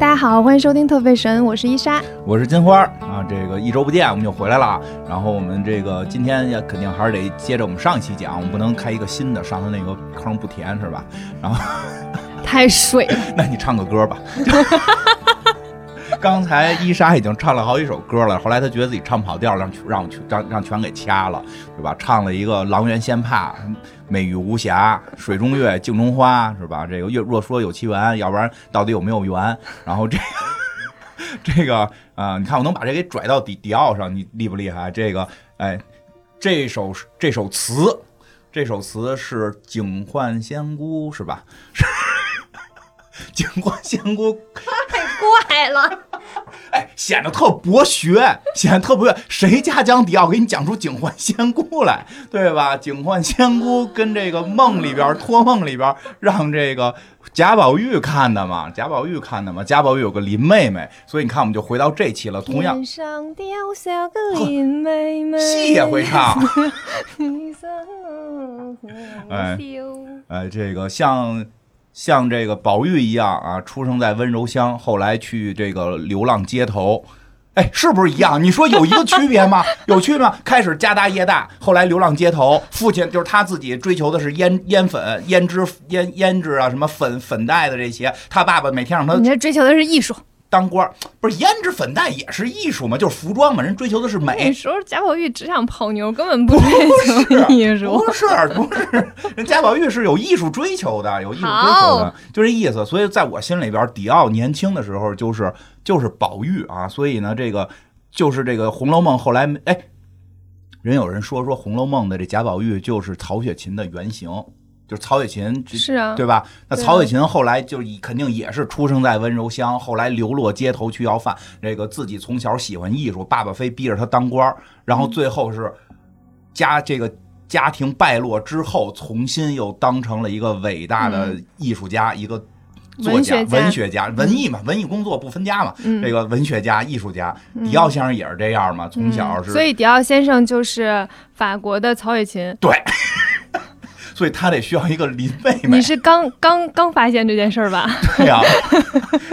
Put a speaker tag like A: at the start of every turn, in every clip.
A: 大家好，欢迎收听特费神，我是伊莎。
B: 我是金花儿啊，这个一周不见我们就回来了啊，然后我们这个今天也肯定还是得接着我们上一期讲，我们不能开一个新的，上头那个坑不填是吧？
A: 太 水了，
B: 那你唱个歌吧。刚才伊莎已经唱了好几首歌了，后来她觉得自己唱跑调，让让让让全给掐了，对吧？唱了一个《狼园仙帕》《美玉无瑕》《水中月》《镜中花》，是吧？这个月若说有其缘，要不然到底有没有缘？然后这个这个 啊、呃你看我能把这给拽到迪迪奥上，你厉不厉害？这个哎，这首这首词，这首词是警幻仙姑是吧？是警幻仙姑
A: 太怪了。
B: 哎，显得特博学，显得特博学。谁家将迪奥给你讲出警幻仙姑来，对吧？警幻仙姑跟这个梦里边儿托梦里边儿让这个贾宝玉看的嘛，贾宝玉看的嘛。贾宝玉有个林妹妹，所以你看我们就回到这期了。同样，
A: 天上掉下个林妹妹，
B: 戏也会唱。
A: 你怎
B: 哎
A: 么丢
B: 呃，这个像像这个宝玉一样啊，出生在温柔乡，后来去这个流浪街头。哎，是不是一样？你说有一个区别吗？有区别吗？开始家大业大，后来流浪街头。父亲就是他自己追求的是胭胭粉、胭脂、胭胭脂啊，什么粉粉黛的这些。他爸爸每天让他
A: 你这追求的是艺术。
B: 当官儿，不是胭脂粉黛也是艺术嘛，就是服装嘛，人追求的是美
A: 那。时候贾宝玉只想泡妞，根本 不追求艺术。
B: 哎不是啊哦不是，人贾宝玉是有艺术追求的，有艺术追求的，就这意思。所以在我心里边，迪奥年轻的时候就是就是宝玉啊，所以呢，这个就是这个《红楼梦》后来哎，人有人说说《红楼梦》的这贾宝玉就是曹雪芹的原型，就是曹雪芹这
A: 是啊，
B: 对吧？那
A: 对啊
B: 曹雪芹后来就是以肯定也是出生在温柔乡，后来流落街头去要饭。这个自己从小喜欢艺术，爸爸非逼着他当官儿，
A: 嗯
B: 然后最后是家这个家庭败落之后，重新又当成了一个伟大的艺术家，一个作
A: 嗯文学
B: 家、文
A: 家
B: 学家、文艺嘛，文艺工作不分家嘛。
A: 嗯
B: 这个文学家、艺术家，迪奥先生也是这样嘛，从小
A: 嗯
B: 是。
A: 所以迪奥先生就是法国的曹雪芹。
B: 所以他得需要一个林妹妹
A: 你。是刚刚刚发现这件事儿吧？
B: 对呀、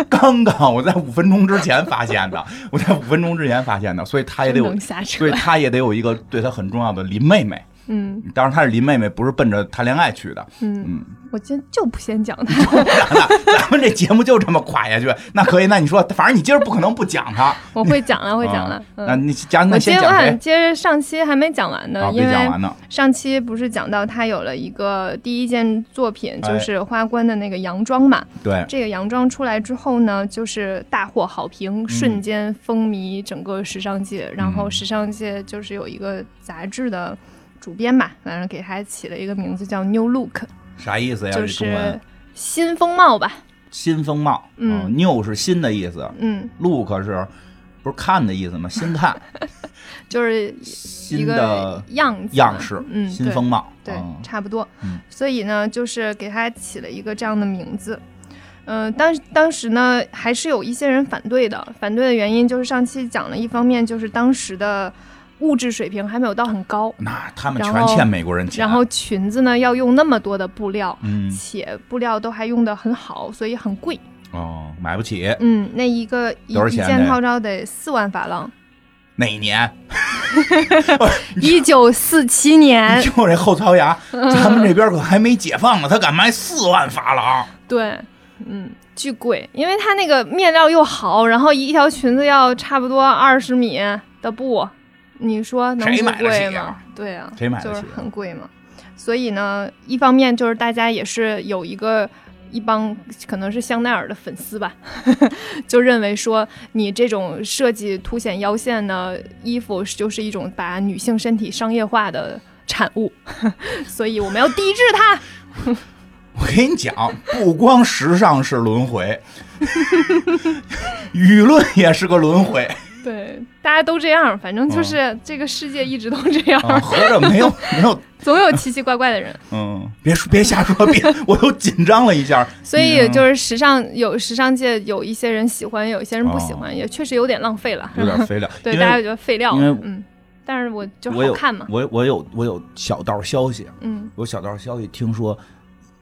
B: 刚刚我在五分钟之前发现的，我在五分钟之前发现的，所以他也
A: 真
B: 得 有
A: 能，瞎扯
B: 所以。他也得有一个对他很重要的林妹妹。
A: 嗯
B: 当然，他是林妹妹，不是奔着谈恋爱去的。
A: 嗯，
B: 嗯，
A: 我今天就不先讲他。
B: 咱们这节目就这么垮下去，那可以？那你说，反正你今儿不可能不讲他，
A: 我会讲了，会讲了
B: 啊。那
A: 嗯，
B: 你讲，
A: 我
B: 那
A: 接
B: 先
A: 我
B: 讲谁
A: 想？接着上期还没讲完
B: 啊，
A: 呢，
B: 没
A: 因
B: 讲
A: 为
B: 完呢。
A: 上期不是讲到他有了一个第一件作品
B: 哎
A: 就是花冠的那个洋装嘛。
B: 对，
A: 这个洋装出来之后呢，就是大获好评，瞬间风靡整个时尚界。然后时尚界就是有一个杂志的主编吧，反正给他起了一个名字叫 New Look，
B: 啥意思呀？
A: 就
B: 这中
A: 是
B: 文
A: 新风貌吧。
B: 新风貌，
A: 嗯
B: ，new 是新的意思
A: 嗯，
B: ，look 是不是看的意思吗？心态，
A: 就是一
B: 新
A: 个
B: 的
A: 样子
B: 样式，
A: 嗯，
B: 新
A: 对
B: 风貌，
A: 对，
B: 嗯
A: 差不多。
B: 嗯
A: 所以呢，就是给他起了一个这样的名字。嗯、当当时呢，还是有一些人反对的。反对的原因就是上期讲了一方面，就是当时的物质水平还没有到很高，
B: 那他们
A: 然
B: 全
A: 后
B: 欠美国人钱。
A: 然后裙子呢要用那么多的布料，
B: 嗯，
A: 且布料都还用的很好，所以很贵。
B: 哦，买不起。
A: 嗯，那一个一
B: 多少
A: 一
B: 钱
A: 件
B: 呢
A: 套装得四万法郎，
B: 哪一年？
A: 一九四七
B: 你
A: 年。
B: 听我这后 槽牙，咱们这边可还没解放呢，他敢卖四万法郎？
A: 对，嗯，巨贵，因为它那个面料又好，然后一条裙子要差不多二十米的布，你说能
B: 谁
A: 不
B: 买得
A: 贵
B: 起
A: 吗
B: 啊？
A: 对啊，
B: 谁买得
A: 就是
B: 起啊
A: 很贵嘛。所以呢，一方面就是大家也是有一个一帮可能是香奈儿的粉丝吧， 就认为说你这种设计凸显腰线的衣服就是一种把女性身体商业化的产物， 所以我们要抵制它。
B: 我跟你讲，不光时尚是 轮回，舆论也是个轮回
A: 对，大家都这样，反正就是
B: 哦
A: 这个世界一直都这样，
B: 啊！合着没有没有，
A: 总有奇奇怪怪 的人。
B: 嗯，别说别瞎说，别，我都紧张了一下。
A: 所以
B: 嗯
A: 就是时尚有时尚界有一些人喜欢，有一些人不喜欢，也确实有点浪费了。
B: 有点肥料，
A: 对，
B: 哦因
A: 大家
B: 为
A: 觉得废料，
B: 因为
A: 嗯，但是我就
B: 我
A: 好
B: 有
A: 看嘛，
B: 我我有我有小道消息，啊
A: 嗯
B: 有小道消息，听说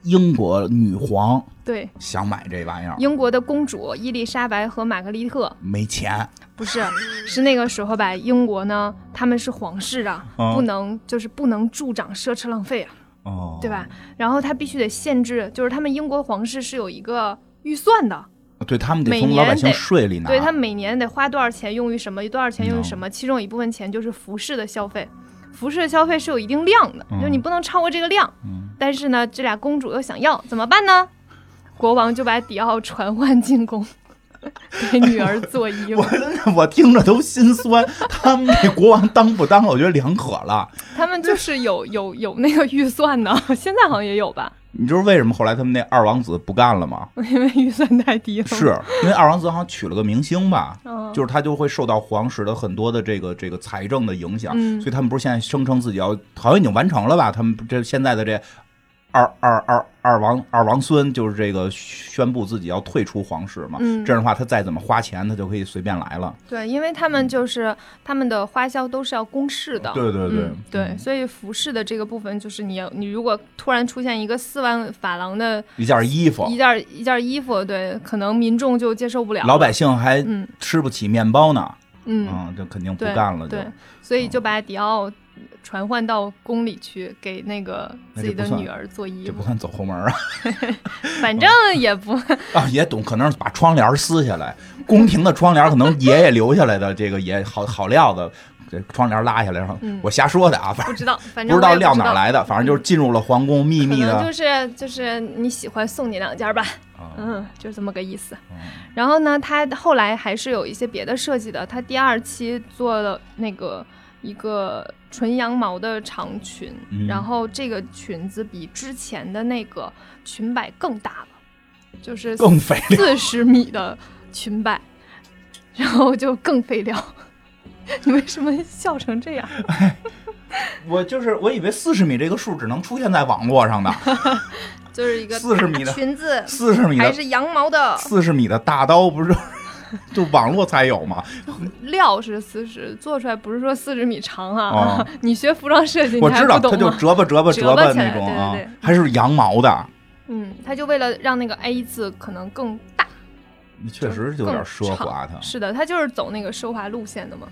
B: 英国女皇
A: 对，
B: 想买这玩意儿，
A: 英国的公主伊丽莎白和玛格丽特
B: 没钱，
A: 不是，是那个时候吧？英国呢，他们是皇室啊，
B: 嗯
A: 不能就是不能助长奢侈浪费啊，
B: 哦，
A: 对？吧？然后他必须得限制，就是他们英国皇室是有一个预算的，
B: 对他们得
A: 每
B: 从老百
A: 年
B: 姓
A: 得
B: 税里拿，
A: 对他每年得花多少钱用于什么，多少钱用于
B: 嗯
A: 什么，其中有一部分钱就是服饰的消费。服饰的消费是有一定量的，
B: 嗯
A: 就是你不能超过这个量。
B: 嗯
A: 但是呢，这俩公主又想要，怎么办呢？国王就把迪奥传唤进宫， 给女儿做衣服
B: 我。真的我听着都心酸。 他们那国王当不当，我觉得两可了。
A: 他们就是有有有那个预算呢， 现在好像也有吧，
B: 你知道为什么后来他们那二王子不干了吗？
A: 因为预算太低了。
B: 是因为二王子好像娶了个明星吧，
A: 嗯，
B: 就是他就会受到皇室的很多的这个这个财政的影响，
A: 嗯
B: 所以他们不是现在声称自己要好像已经完成了吧？他们这现在的这二二二二王二王孙就是这个宣布自己要退出皇室嘛，
A: 嗯
B: 这样的话他再怎么花钱他就可以随便来了。
A: 对，因为他们就是他们的花销都是要公示的。
B: 对对对
A: 嗯对，所以服饰的这个部分就是你要，你如果突然出现一个四万法郎的
B: 一件衣服
A: 一，件儿一件儿衣服，对，可能民众就接受不了。
B: 老百姓还
A: 嗯
B: 吃不起面包呢，
A: 嗯，
B: 嗯，这肯定不
A: 对，
B: 干了就嗯
A: 对。，所以就把迪奥传唤到宫里去，给那个
B: 那
A: 自己
B: 这不
A: 的
B: 算嗯
A: 女儿做衣
B: 这不
A: 服，
B: 算走后门啊
A: 反正也不
B: 啊！也懂，可能是把窗帘撕下来，宫廷的窗帘可能爷爷留下来的，这个也好好料子，这窗帘拉下来，然后
A: 嗯
B: 我瞎说的啊，反
A: 不
B: 正
A: 知道，反
B: 不
A: 正
B: 知道
A: 我也
B: 料
A: 不
B: 哪儿来的，反正就是进入了皇宫，秘
A: 可
B: 密
A: 能
B: 的
A: 就是就是你喜欢送你两件儿吧，
B: 啊
A: 嗯，就是这么个意思。
B: 嗯
A: 然后呢，他后来还是有一些别的设计的，他第二期做了那个一个纯羊毛的长裙，
B: 嗯
A: 然后这个裙子比之前的那个裙摆更大了，就是
B: 更肥料。
A: 四十米的裙摆，然后就更费料。 你为什么笑成这样？
B: 我就是我以为四十米这个数只能出现在网络 上的，
A: 就是一个
B: 40米的
A: 大裙子，
B: 四十米
A: 还
B: 的
A: 是羊毛的
B: 四十米的大刀不是就网络才有吗？
A: 料是四十，做出来不是说四十米长啊。
B: 哦
A: 你学服装设计，你
B: 我
A: 还
B: 知
A: 不
B: 道，他
A: 懂啊
B: 就
A: 吗？
B: 折吧折吧
A: 折吧
B: 吧
A: 起来
B: 那种啊
A: 对对对，
B: 还是羊毛的，
A: 嗯，他就为了让那个 A 字可能更大，
B: 确实有点奢华。它
A: 是的，他就是走那个奢华路线的嘛。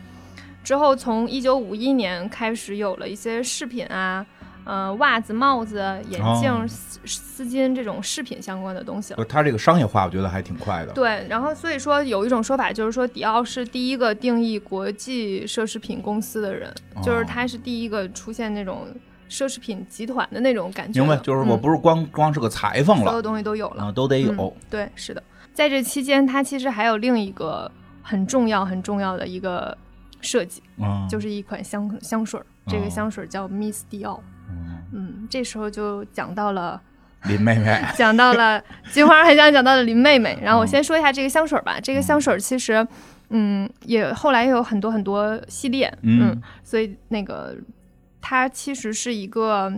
A: 之后从一九五一年开始，有了一些饰品啊，呃，袜子、帽子、眼镜、
B: 哦
A: 丝丝巾这种饰品相关的东西了。
B: 不，它这个商业化，我觉得还挺快的。
A: 对，然后所以说有一种说法就是说，迪奥是第一个定义国际奢侈品公司的人，就是
B: 哦
A: 他是第一个出现那种奢侈品集团的那种感觉的。
B: 明白，就是我
A: 嗯
B: 不是光光是个裁缝
A: 所
B: 了
A: 有东西都有了。
B: 啊，都得
A: 嗯
B: 有。
A: 对，是的，在这期间，他其实还有另一个很重要、很重要的一个设计，
B: 嗯，
A: 就是一款香香水儿。这
B: 哦
A: 个香水儿叫 Miss Dior。
B: 嗯
A: 嗯，这时候就讲到了，
B: 林妹妹，
A: 讲到 了金花，还想讲到了林妹妹。然后我
B: 嗯
A: 先说一下这个香水儿吧。这个香水儿其实，嗯，也后来也有很多很多系列。
B: 嗯
A: 所以那个它其实是一个，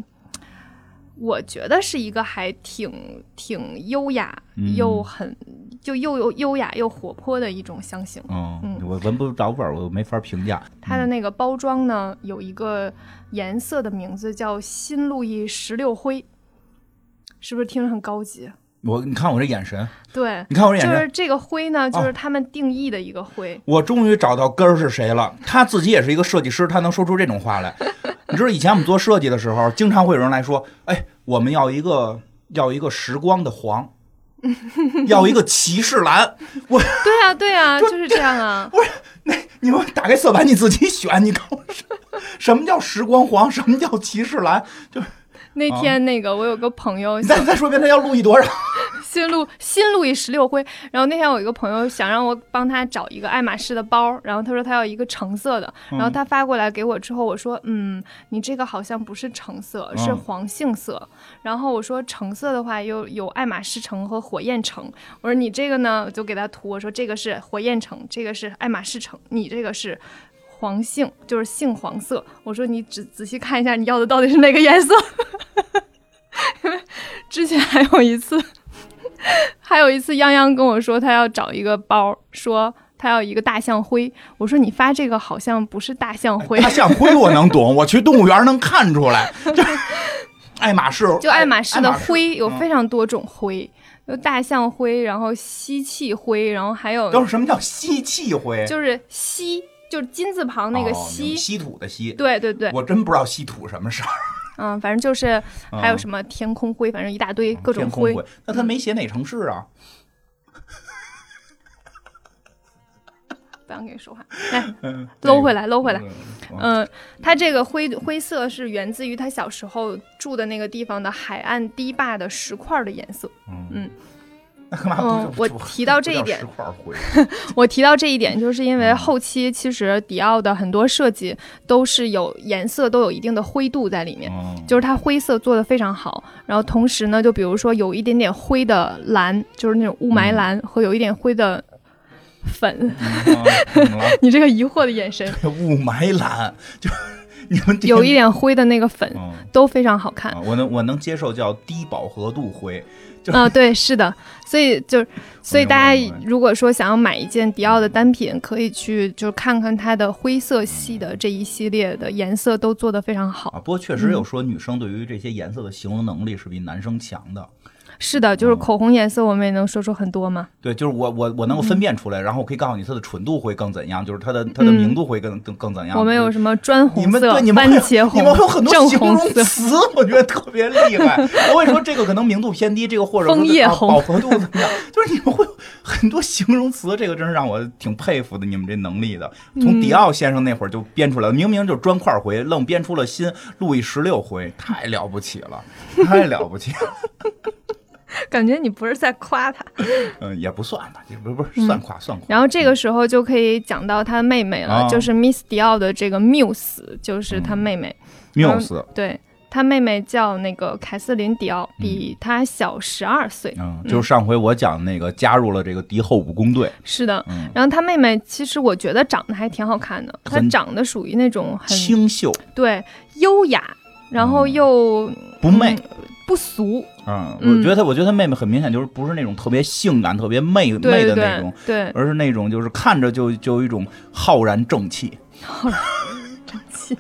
A: 我觉得是一个还挺挺优雅、
B: 嗯
A: 又很就又又优雅又活泼的一种香型。
B: 嗯
A: 嗯，
B: 我闻不着味儿，我没法评价。
A: 它的那个包装呢，有一个颜色的名字叫新路易石榴灰，是不是听着很高级？
B: 我，你看我这眼神，
A: 对，
B: 你看我这
A: 就
B: 眼
A: 是哦
B: 神。
A: 这个灰呢，就是他们定义的一个灰。
B: 我终于找到根儿是谁了。他自己也是一个设计师，他能说出这种话来。你知道以前我们做设计的时候，经常会有人来说：“哎，我们要一个要一个时光 的黄，要一个骑士蓝。”我
A: 对啊，对啊，就是这样啊。
B: 你们打开色板你自己选，你告诉我什什么叫时光黄，什么叫骑士蓝？就是
A: 那天那个我有个朋友
B: 你再再说一遍，他要路易多 少？
A: 新路新路易十六灰。然后那天我一个朋友想让我帮他找一个爱马仕的包，然后他说他要一个橙色的，然后他发过来给我之后，我说嗯，你这个好像不是橙色，是
B: 嗯
A: 黄杏色。然后我说橙色的话有有爱马仕橙和火焰橙，我说你这个呢，我就给他涂，我说这个是火焰橙，这个是爱马仕橙，你这个是。黄杏就是杏黄色，我说你仔仔细看一下，你要的到底是哪个颜色？ 之前还有一次，还有一次，泱泱跟我说他要找一个包，说他要一个大象灰。我说你发这个哎好像不是大象灰
B: 他，像灰我能懂，我去动物园能看出来。爱马仕，
A: 就爱马仕的灰有
B: 嗯
A: 非常多种灰，有大象灰，然后吸气灰，然后还有
B: 都是什么叫吸气灰？
A: 就是吸，就是金字旁那个
B: 哦明
A: 吸。
B: 白稀土的稀。
A: 对对对，
B: 我真不知道稀土什么事儿。
A: 嗯，反正就是还有
B: 嗯
A: 什么天空灰，反正一大堆各种
B: 天空
A: 灰。，
B: 那他没写哪城市啊？
A: 不想跟你说话，来搂回来，搂回来。
B: 嗯。
A: 嗯，它这个灰灰色是源自于他小时候住的那个地方的海岸堤坝的石块的颜色。嗯
B: 嗯，那干嘛不
A: 嗯
B: 叫？
A: 我
B: 不
A: 提到这
B: 不
A: 一
B: 叫
A: 点
B: 石块灰，
A: 我提到这一点，就是因为后期其实迪奥的很多设计都是有颜色都有一定的灰度在里面，
B: 嗯
A: 就是它灰色做的非常好。然后同时呢，就比如说有一点点灰的蓝，就是那种雾霾蓝，和有一点灰的粉。
B: 嗯怎么了？
A: 你这个疑惑的眼神，
B: 雾霾蓝，就 你们 这
A: 有一点灰的那个粉
B: 嗯
A: 都非常好看。
B: 啊我能我能接受叫低饱和度灰，就
A: 啊、对，是的，所以就是，所以
B: 明
A: 大
B: 白
A: 家
B: 哦明白
A: 如果说想要买一件迪奥的单品，可以去就看看它的灰色系的这一系列的颜色都做得非常好。
B: 啊，不过确
A: 嗯
B: 实有说女生对于这些颜色的形容能力是比男生强的。
A: 是的，
B: 哦
A: 就是口红颜色，我们也能说出很多嘛。
B: 对，就是我我我能够
A: 嗯
B: 分辨出来，然后我可以告诉你它的纯度会更怎样，就是它的它的
A: 嗯
B: 明度会更更更怎样。
A: 我们有
B: 就是
A: 什么砖红
B: 你们
A: 色
B: 对、你们
A: 番
B: 会有
A: 茄红
B: 你们会有很、多
A: 正
B: 形
A: 红
B: 容
A: 色，
B: 词，我觉得特别厉害。我跟你说，这个可能明度偏低，这个或者说
A: 枫
B: 是
A: 叶
B: 啊
A: 红
B: 饱和度怎么样，就是你们会有很多形容词，这个真是让我挺佩服的，你们这能力的。从
A: 嗯
B: 迪奥先生那会儿就编出来了，明明就是砖块回，愣编出了新路易十六回，太了不起了，太了不起了。
A: 感觉你不是在夸他。
B: 嗯，也不算吧，也不不是算垮算垮。
A: 嗯然后这个时候就可以讲到他妹妹了，
B: 哦嗯
A: 就是 Miss 迪奥的这个缪斯，就是他妹妹。
B: 缪斯，
A: 对他妹妹叫那个凯瑟琳·迪奥，比他小十二岁。
B: 嗯，就是上回我讲那个加入了这个敌后武工队，
A: 是的，
B: 嗯，
A: 然后他妹妹其实我觉得长得还挺好看的，她
B: 很
A: 长得属于那种很
B: 清秀
A: 对优雅，然后
B: 嗯
A: 又、嗯
B: 不媚。
A: 不俗，
B: 嗯，我
A: 嗯
B: 觉得他，我觉得他妹妹很明显就是不是那种特别性感、特别媚媚
A: 对
B: 的
A: 对
B: 那
A: 对
B: 种，
A: 对，
B: 而是那种就是看着就就有一种浩然正气、
A: 正 气，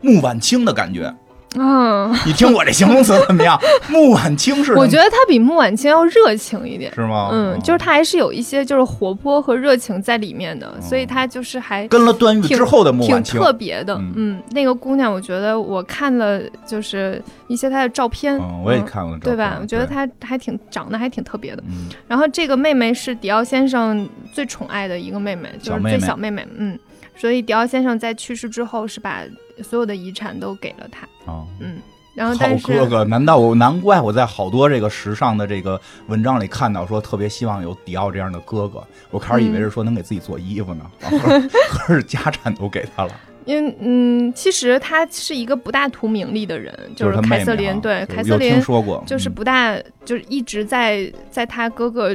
B: 穆婉清的感觉。
A: 嗯，
B: 你听我这形容词怎 么样？穆婉清是，
A: 我觉得她比穆婉清要热情一点。
B: 是啊吗？
A: 嗯，就是她还是有一些就是活泼和热情在里面的，所以她就是还
B: 跟了段誉之后嗯的穆
A: 挺
B: 婉清。
A: 特别的
B: 嗯。
A: 嗯，那个姑娘，我觉得我看了就是一些她的照片，
B: 嗯，我也看过，
A: 对吧？我觉得。她还挺长得还挺特别的。
B: 嗯，
A: 然后这个妹妹是迪奥先生最宠爱的一个妹妹，就
B: 小
A: 是
B: 妹
A: 最
B: 妹
A: 小妹妹。嗯，所以迪奥先生在去世之后是把所有的遗产都给了她。
B: 哦
A: 嗯，然后
B: 好
A: 但是
B: 哥哥，难道我难怪我在好多这个时尚的这个文章里看到说特别希望有迪奥这样的哥哥，我开始以为
A: 嗯
B: 是说能给自己做衣服呢， 然后合着合着家产都给他了。
A: 因为嗯，其实她是一个不大图名利的人，
B: 就是
A: 是
B: 他妹妹
A: 凯瑟琳。
B: 啊
A: 对，
B: 就
A: 凯
B: 有
A: 瑟
B: 听
A: 琳
B: 说过，
A: 就是
B: 嗯
A: 不大，就是一直在在她哥哥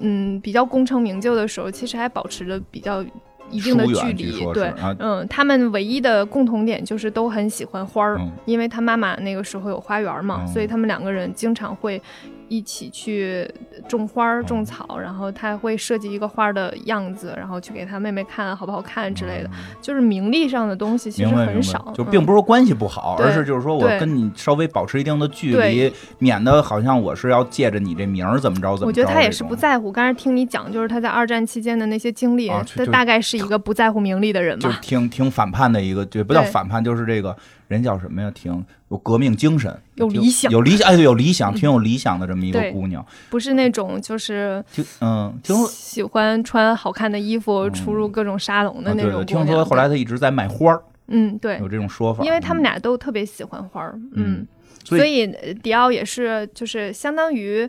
A: 嗯比较功成名就的时候，其实还保持着比较一定的
B: 嗯疏远
A: 距
B: 据
A: 离。
B: 说是
A: 对，
B: 啊，
A: 嗯，他们唯一的共同点就是都很喜欢花儿。
B: 嗯
A: 因为他妈妈那个时候有花园嘛，
B: 哦
A: 所以他们两个人经常会一起去种花儿、
B: 哦
A: 种草，然后他会设计一个花儿的样子，然后去给他妹妹看好不好看之类的，就是名利上的东西其实
B: 嗯明白
A: 很
B: 明白
A: 少，，
B: 就并
A: 嗯
B: 不是说关系不好，
A: 对
B: 而是就是说我
A: 对
B: 跟你稍微保持一定的距离
A: 对，
B: 免得好像我是要借着你这名儿怎么着怎么着这种。
A: 我觉得他也是不在乎。刚才听你讲，就是他在二战期间的那些经历，
B: 啊就
A: 他
B: 就
A: 大概是一个不在乎名利的人
B: 就
A: 吧。
B: 挺挺反叛的一个，就不叫
A: 嗯对
B: 反叛，就是这个人叫什么呀？挺有革命精神，
A: 有
B: 挺
A: 理想嗯
B: 有理想，哎，对，有理想，挺有理想的这么一个
A: 对
B: 姑娘。
A: 不是那种就是
B: 听，嗯，听说，
A: 喜欢穿好看的衣服、出入各种沙龙的
B: 嗯啊
A: 那
B: 对
A: 种姑
B: 对，
A: 娘。
B: 听说后来她一直在卖花儿，
A: 嗯，对
B: 有，这种说法。
A: 因为他们
B: 嗯
A: 俩都特别喜欢花儿，
B: 嗯
A: 嗯，
B: 所以
A: 所以呃迪奥也是就是相当于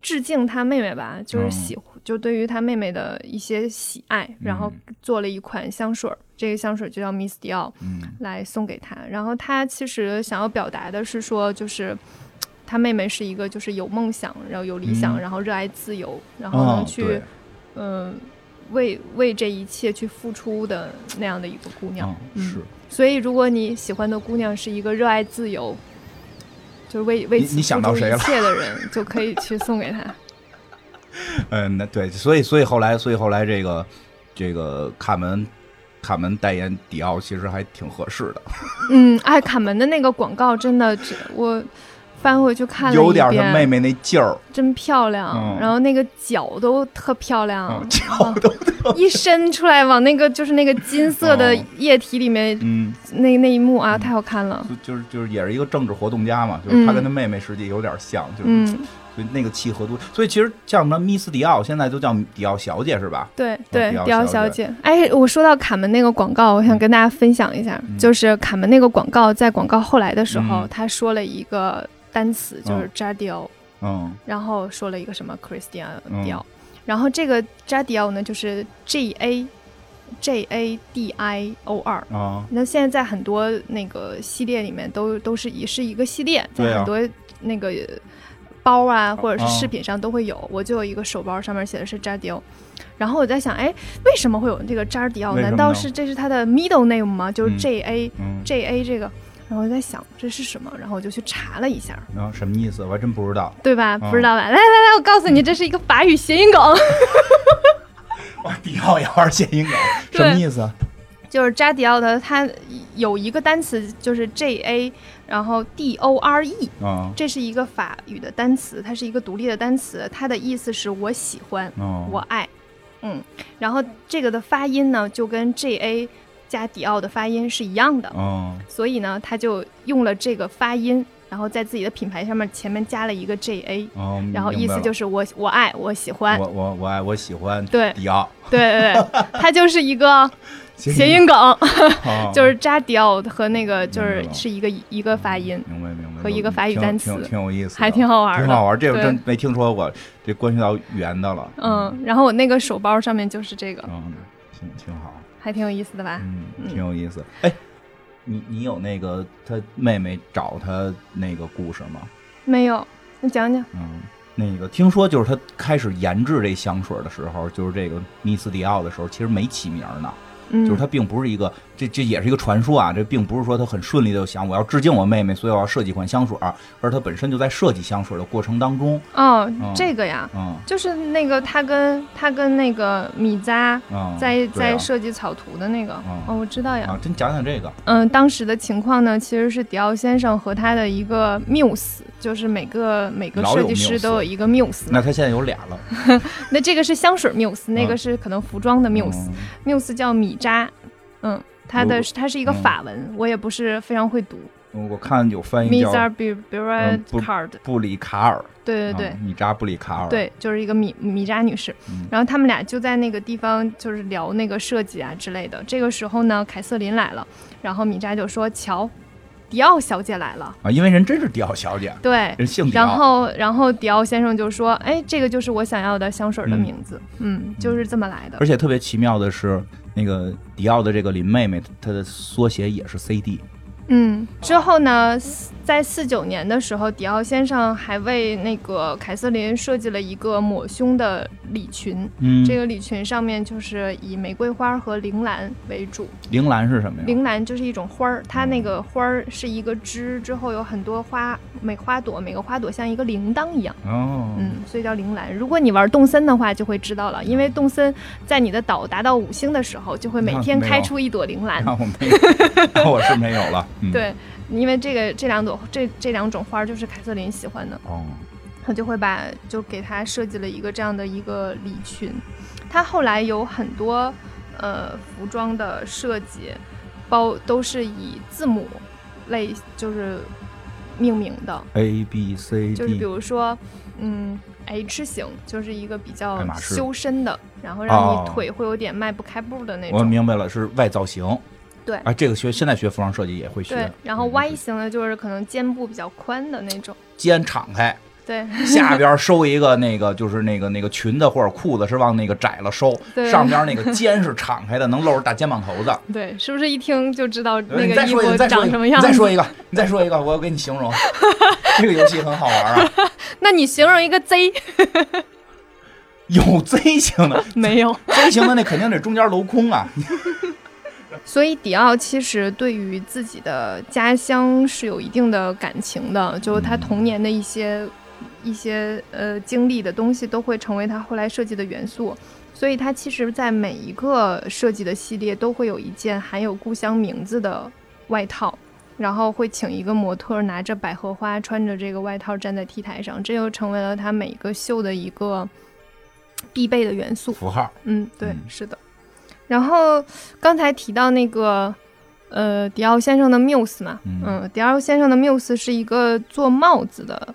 A: 致敬他妹妹吧，就是喜、
B: 嗯
A: 就对于他妹妹的一些喜爱，然后做了一款香水儿，这个香水儿就叫 Miss 迪奥
B: 嗯
A: 来送给他。然后他其实想要表达的是说，就是。他妹妹是一个，就是有梦想，然后有理想，
B: 嗯
A: 然后热爱自由，然后
B: 哦
A: 能，去，
B: 对，
A: 嗯、为为这一切去付出的那样的一个姑娘。嗯
B: 嗯是。
A: 所以，如果你喜欢的姑娘是一个热爱自由，就是为为
B: 你
A: 此
B: 你想到
A: 付出
B: 谁了
A: 一切的人，就可以去送给她。
B: 呃嗯，那对，所以所以后来，所以后来这个这个卡门卡门代言迪奥其实还挺合适的，
A: 嗯，哎，卡门的那个广告真的，这我翻回去看了一遍，
B: 有点她妹妹那劲儿，
A: 真漂亮，
B: 嗯
A: 然后那个脚都特漂亮，
B: 嗯脚都
A: 一伸出来往那个就是那个金色的
B: 哦
A: 液体里面，
B: 嗯，
A: 那那一幕啊，太好看了。
B: 就就是就是也是一个政治活动家嘛，就是他
A: 嗯
B: 跟他妹妹实际有点像，就是、
A: 嗯，
B: 所以那个契合度，所以其实像什么密斯迪奥现在都叫迪奥小姐是吧？
A: 对对
B: 对迪奥，
A: 迪奥
B: 啊小
A: 小姐。哎，我说到卡门那个广告，我想跟大家分享一下，
B: 嗯
A: 就是卡门那个广告在广告后来的时候
B: 嗯，
A: 他说了一个单词，就是扎迪奥，
B: 嗯
A: 然后说了一个什么 Christian
B: 嗯
A: 迪奥，然后这个扎迪奥呢，就是 G A J A D I O R，
B: 啊，
A: 那现在在很多那个系列里面都都是一是一个系列，
B: 对
A: 在
B: 啊
A: 很多那个包啊或者
B: 啊
A: 是饰品上都会有。我就有一个手包，上面写的是扎迪奥。然后我在想，哎，为什么会有这个扎迪奥？
B: 为什么
A: 难
B: 呢
A: 道是这是它的 middle name 吗？就
B: 嗯
A: 是 J A、
B: 嗯，
A: J A 这个。然后我在想这是什么，然后我就去查了一下，
B: 然后什么意思？我还真不知道。
A: 对吧？
B: 啊
A: 不知道吧？来来来，我告诉你，这是一个法语谐音梗，
B: 哇， 迪奥也玩谐音梗，
A: 对
B: 什么意思啊？
A: 就是扎迪奥的，它有一个单词就是 J A，然后 D O R E，
B: 嗯
A: 这是一个法语的单词，它是一个独立的单词，它的意思是我喜欢，
B: 嗯，
A: 我爱，嗯，然后这个的发音呢，就跟 J A 加迪奥的发音是一样的，
B: 嗯
A: 所以呢，他就用了这个发音，然后在自己的品牌上面前面加了一个 J A，
B: 嗯，
A: 然后意思就是是我我爱，我喜欢，
B: 我我我爱我喜欢
A: 对
B: 迪奥
A: 对对对， 它就是一个谐音梗，
B: 哦
A: 就是扎迪奥和那个就是
B: 明白了
A: 是一个一个发音，
B: 哦明白明白，
A: 和一个法语
B: 挺
A: 单
B: 挺
A: 词
B: 挺有意思的，
A: 还挺好玩
B: 挺
A: 的
B: 好玩。这个
A: 对
B: 真没听说过，这关系到语言的了。
A: 嗯，然后我那个手包上面就是这个，
B: 嗯，挺挺好，
A: 还挺有意思的吧？
B: 嗯，
A: 嗯
B: 挺有意思。哎，你你有那个他妹妹找他那个故事吗？
A: 没有，你讲讲。
B: 嗯，那个听说就是他开始研制这香水的时候，就是这个密斯迪奥的时候，其实没起名儿呢。
A: 嗯，
B: 就是它并不是一个，这这也是一个传说啊，这并不是说他很顺利的想我要致敬我妹妹，所以我要设计一款香水儿，而他本身就在设计香水的过程当中，
A: 哦
B: 嗯，
A: 这个呀，
B: 嗯
A: 就是那个他跟他跟那个米扎
B: 嗯，
A: 在、
B: 对
A: 在
B: 啊
A: 设计草图的那个，
B: 嗯
A: 哦，我知道呀。
B: 啊，真讲讲这个，
A: 嗯，当时的情况呢，其实是迪奥先生和他的一个缪斯，就是每个每个
B: 老有
A: 设计
B: muse
A: 师都有一个缪斯。
B: 那他嗯现在有俩了，
A: 那这个是香水缪斯，那个是可能服装的缪斯，
B: 嗯
A: 缪斯叫米扎，嗯，他的
B: 我
A: 他是一个
B: 嗯
A: 法文，我也不是非常会读。
B: 嗯我看有翻
A: m i
B: 译
A: z a
B: 叫嗯
A: b b r a
B: 不
A: Card，
B: 布里卡尔，
A: 对对对，
B: 嗯米扎布里卡尔，，
A: 对，就是一个米米扎女士
B: 嗯。
A: 然后他们俩就在那个地方就是聊那个设计啊之类的。这个时候呢，凯瑟琳来了，然后米扎就说：“瞧，迪奥小姐来了。
B: 啊，因为人真是迪奥小姐”，
A: 对。
B: 人姓迪
A: 然
B: 奥，
A: 后，然后迪奥先生就说：“哎，这个就是我想要的香水的
B: 嗯
A: 名字，嗯，就是这么来的
B: 而。且特别奇妙的是，那个迪奥的这个林妹妹，她的缩写也是 CD，”
A: 嗯，之后呢，四在四九年的时候，迪奥先生还为那个凯瑟琳设计了一个抹胸的礼裙，
B: 嗯，
A: 这个礼裙上面就是以玫瑰花和铃兰为主。
B: 铃兰是什么呀？
A: 铃兰就是一种花儿，它那个花儿是一个枝，之后有很多花，每花朵每个花朵像一个铃铛一样，
B: 哦，
A: 嗯，所以叫铃兰。如果你玩动森的话，就会知道了，因
B: 嗯
A: 为动森在你的岛达到五星的时候，就会每天
B: 啊那没有啊
A: 开出一朵铃兰。
B: 那我没有，那我是没有了，嗯，
A: 对，因为这个这两朵这这两种花儿就是凯瑟琳喜欢的，
B: 哦，
A: 他就会把就给她设计了一个这样的一个礼裙。她后来有很多呃服装的设计，包都是以字母类就是命名的，
B: A B C
A: 就是比
B: D，
A: 如说嗯 H 型，就是一个比较
B: 爱马仕
A: 修身的，然后让
B: 哦
A: 你腿会有点迈不开步的那
B: 我
A: 种。
B: 明白了，是外造型。
A: 对
B: 啊，这个学现在学服装设计也会学。
A: 对，然后
B: 嗯
A: Y 型的就是可能肩部比较宽的那种。
B: 肩敞开，
A: 对，
B: 下边收一个那个就是那个那个裙子或者裤子是往那个窄了收，
A: 对
B: 上边那个肩是敞开的，能露着大肩膀头子。
A: 对，是不是一听就知道那
B: 呃你
A: 个
B: 再
A: 衣
B: 说一
A: 服
B: 个，你再说
A: 长
B: 一
A: 什
B: 个，
A: 么
B: 你
A: 样
B: 再
A: 子？
B: 说一个，你再说一个，我要给你形 容。这个游戏很好玩啊，
A: 那你形容一个 Z
B: 有 Z 型的
A: 没有？
B: ，Z 型的那肯定得中间镂空啊。
A: 所以迪奥其实对于自己的家乡是有一定的感情的，就是他童年的一些一些呃经历的东西都会成为他后来设计的元素。所以它其实在每一个设计的系列都会有一件含有故乡名字的外套。然后会请一个模特拿着百合花，穿着这个外套站在 T 台上，这又成为了他每一个秀的一个必备的元素。
B: 符号，
A: 嗯，对，
B: 嗯
A: 是的。然后刚才提到那个，呃，迪奥先生的 Muse 嘛，
B: 嗯
A: 嗯，迪奥先生的 Muse 是一个做帽子的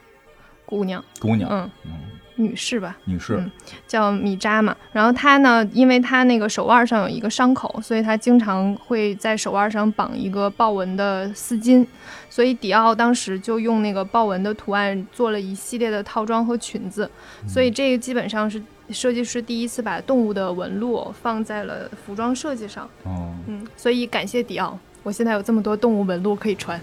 A: 姑娘，
B: 姑娘，
A: 嗯，
B: 嗯，
A: 女士吧，
B: 女士，
A: 嗯叫米扎嘛。然后她呢，因为她那个手腕上有一个伤口，所以她经常会在手腕上绑一个豹纹的丝巾。所以迪奥当时就用那个豹纹的图案做了一系列的套装和裙子。所以这个基本上是设计师第一次把动物的纹路放在了服装设计上。
B: 哦，
A: 嗯，所以感谢迪奥，我现在有这么多动物纹路可以穿。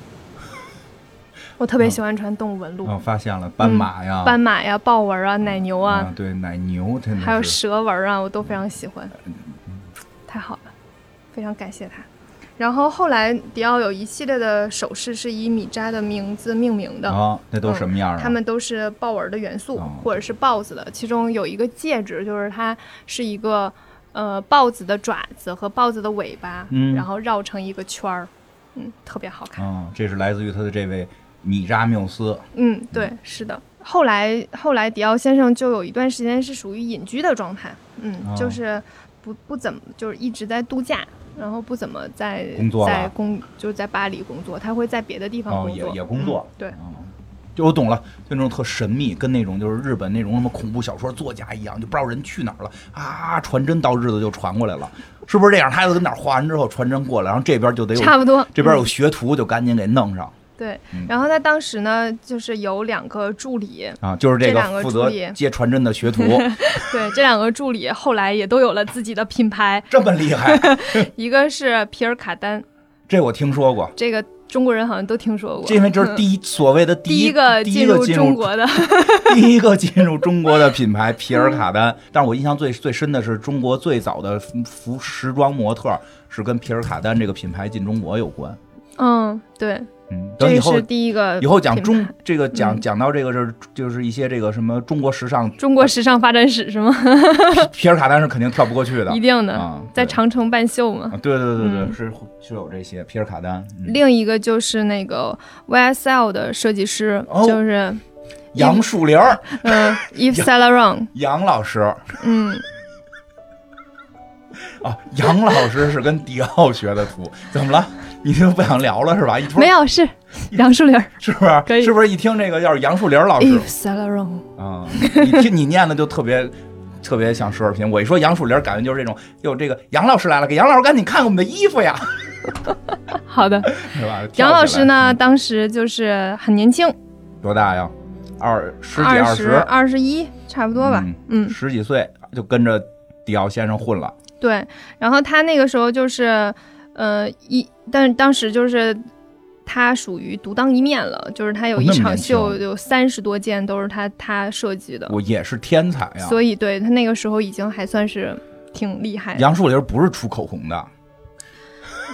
A: 我特别喜欢穿动物纹路，
B: 哦，发现了斑马呀，
A: 嗯斑马呀、豹纹啊、奶牛啊，
B: 啊，对，奶牛，真的
A: 还有
B: 是嗯
A: 蛇纹啊，我都非常喜欢，太好了，非常感谢他。然后后来迪奥有一系列的首饰是以米扎的名字命名的，
B: 啊，那都
A: 嗯
B: 什么样啊？
A: 它们都是豹纹的元素、
B: 哦
A: 或者是豹子的，其中有一个戒指，就是它是一个呃豹子的爪子和豹子的尾巴，
B: 嗯
A: 然后绕成一个圈儿，嗯，特别好看。
B: 啊，这是来自于他的这位米扎缪斯，
A: 嗯，对，是的。后来，后来迪奥先生就有一段时间是属于隐居的状态，嗯，
B: 哦
A: 就是不不怎么，就是一直在度假，然后不怎么在
B: 工作了
A: 在工就是在巴黎工作，他会在别的地方
B: 哦，
A: 工
B: 也
A: 作，
B: 也工作
A: 嗯，对，
B: 哦就我懂了，就那种特神秘，跟那种就是日本那种什么恐怖小说作家一样，就不知道人去哪儿了啊，传真到日子就传过来了，是不是这样？他就跟哪儿画完之后传真过来，然后这边就得有
A: 差不多。
B: 这
A: 嗯
B: 边有学徒，就赶紧给弄上
A: 对
B: 嗯，
A: 然后他当时呢，就是有两个助理，
B: 啊，就是
A: 这两
B: 个
A: 个
B: 负
A: 助
B: 责
A: 理
B: 接传真 的学徒，
A: 对，这两个助理后来也都有了自己的品牌，
B: 这么厉害，
A: 一个是皮尔卡丹，
B: 这我听 说过，
A: 这个中国人好像都听说过，
B: 这因为这是
A: 嗯
B: 第一所谓的第
A: 第一
B: 个
A: 个
B: 第一
A: 进
B: 个
A: 入
B: 进
A: 中
B: 入
A: 国的，
B: 第一个进入中国的品牌皮尔卡丹，但是我印象最最深的是中国最早的服时装模特是跟皮尔卡丹这个品牌进中国有关。
A: 嗯，对，
B: 嗯，等以
A: 这
B: 后
A: 是第一个
B: 以后讲
A: 品牌嗯
B: 中这个讲讲到这个是就是一些这个什么中国时尚，
A: 中国时尚发展史是吗？
B: 皮尔卡丹是肯定跳不过去 的
A: 一定的，
B: 啊，
A: 在
B: 对
A: 长城办秀嘛。
B: 啊，对对对对，
A: 嗯
B: 是是有这些皮尔卡丹，嗯
A: 另一个就是那个 YSL 的设计师，
B: 哦
A: 就是
B: 杨树林儿，
A: 嗯 Yves Saint Laurent，
B: 杨老师
A: 嗯，
B: 啊，杨老师是跟迪奥学的图，怎么了？你就不想聊了是吧？一突
A: 没
B: 然
A: 有是杨树林儿
B: 是不是？
A: 可以哎
B: 是不是一听这个要是杨树林老师
A: ，Yves Saint Laurent，
B: 啊、你听你念的就特别特别像奢侈品。我一说杨树林，感觉就是这种，哟，这个杨老师来了，给杨老师赶紧看看我们的 衣服呀，
A: 好的，
B: 是吧？跳起来嗯
A: 杨老师呢，当时就是很年轻，
B: 多大呀？二十几
A: 二
B: 二
A: 十二十一差不多吧，嗯，
B: 十几岁就跟着迪奥先生混了，
A: 对，然后他那个时候就是，呃，一，但当时就是他属于独当一面了，就是他有
B: 哦
A: 一
B: 那么
A: 场
B: 年
A: 秀
B: 轻
A: 有三十多件都是他他设计的，
B: 我也是天才呀。
A: 所以对他那个时候已经还算是挺厉害的，
B: 杨树林不是出口红的，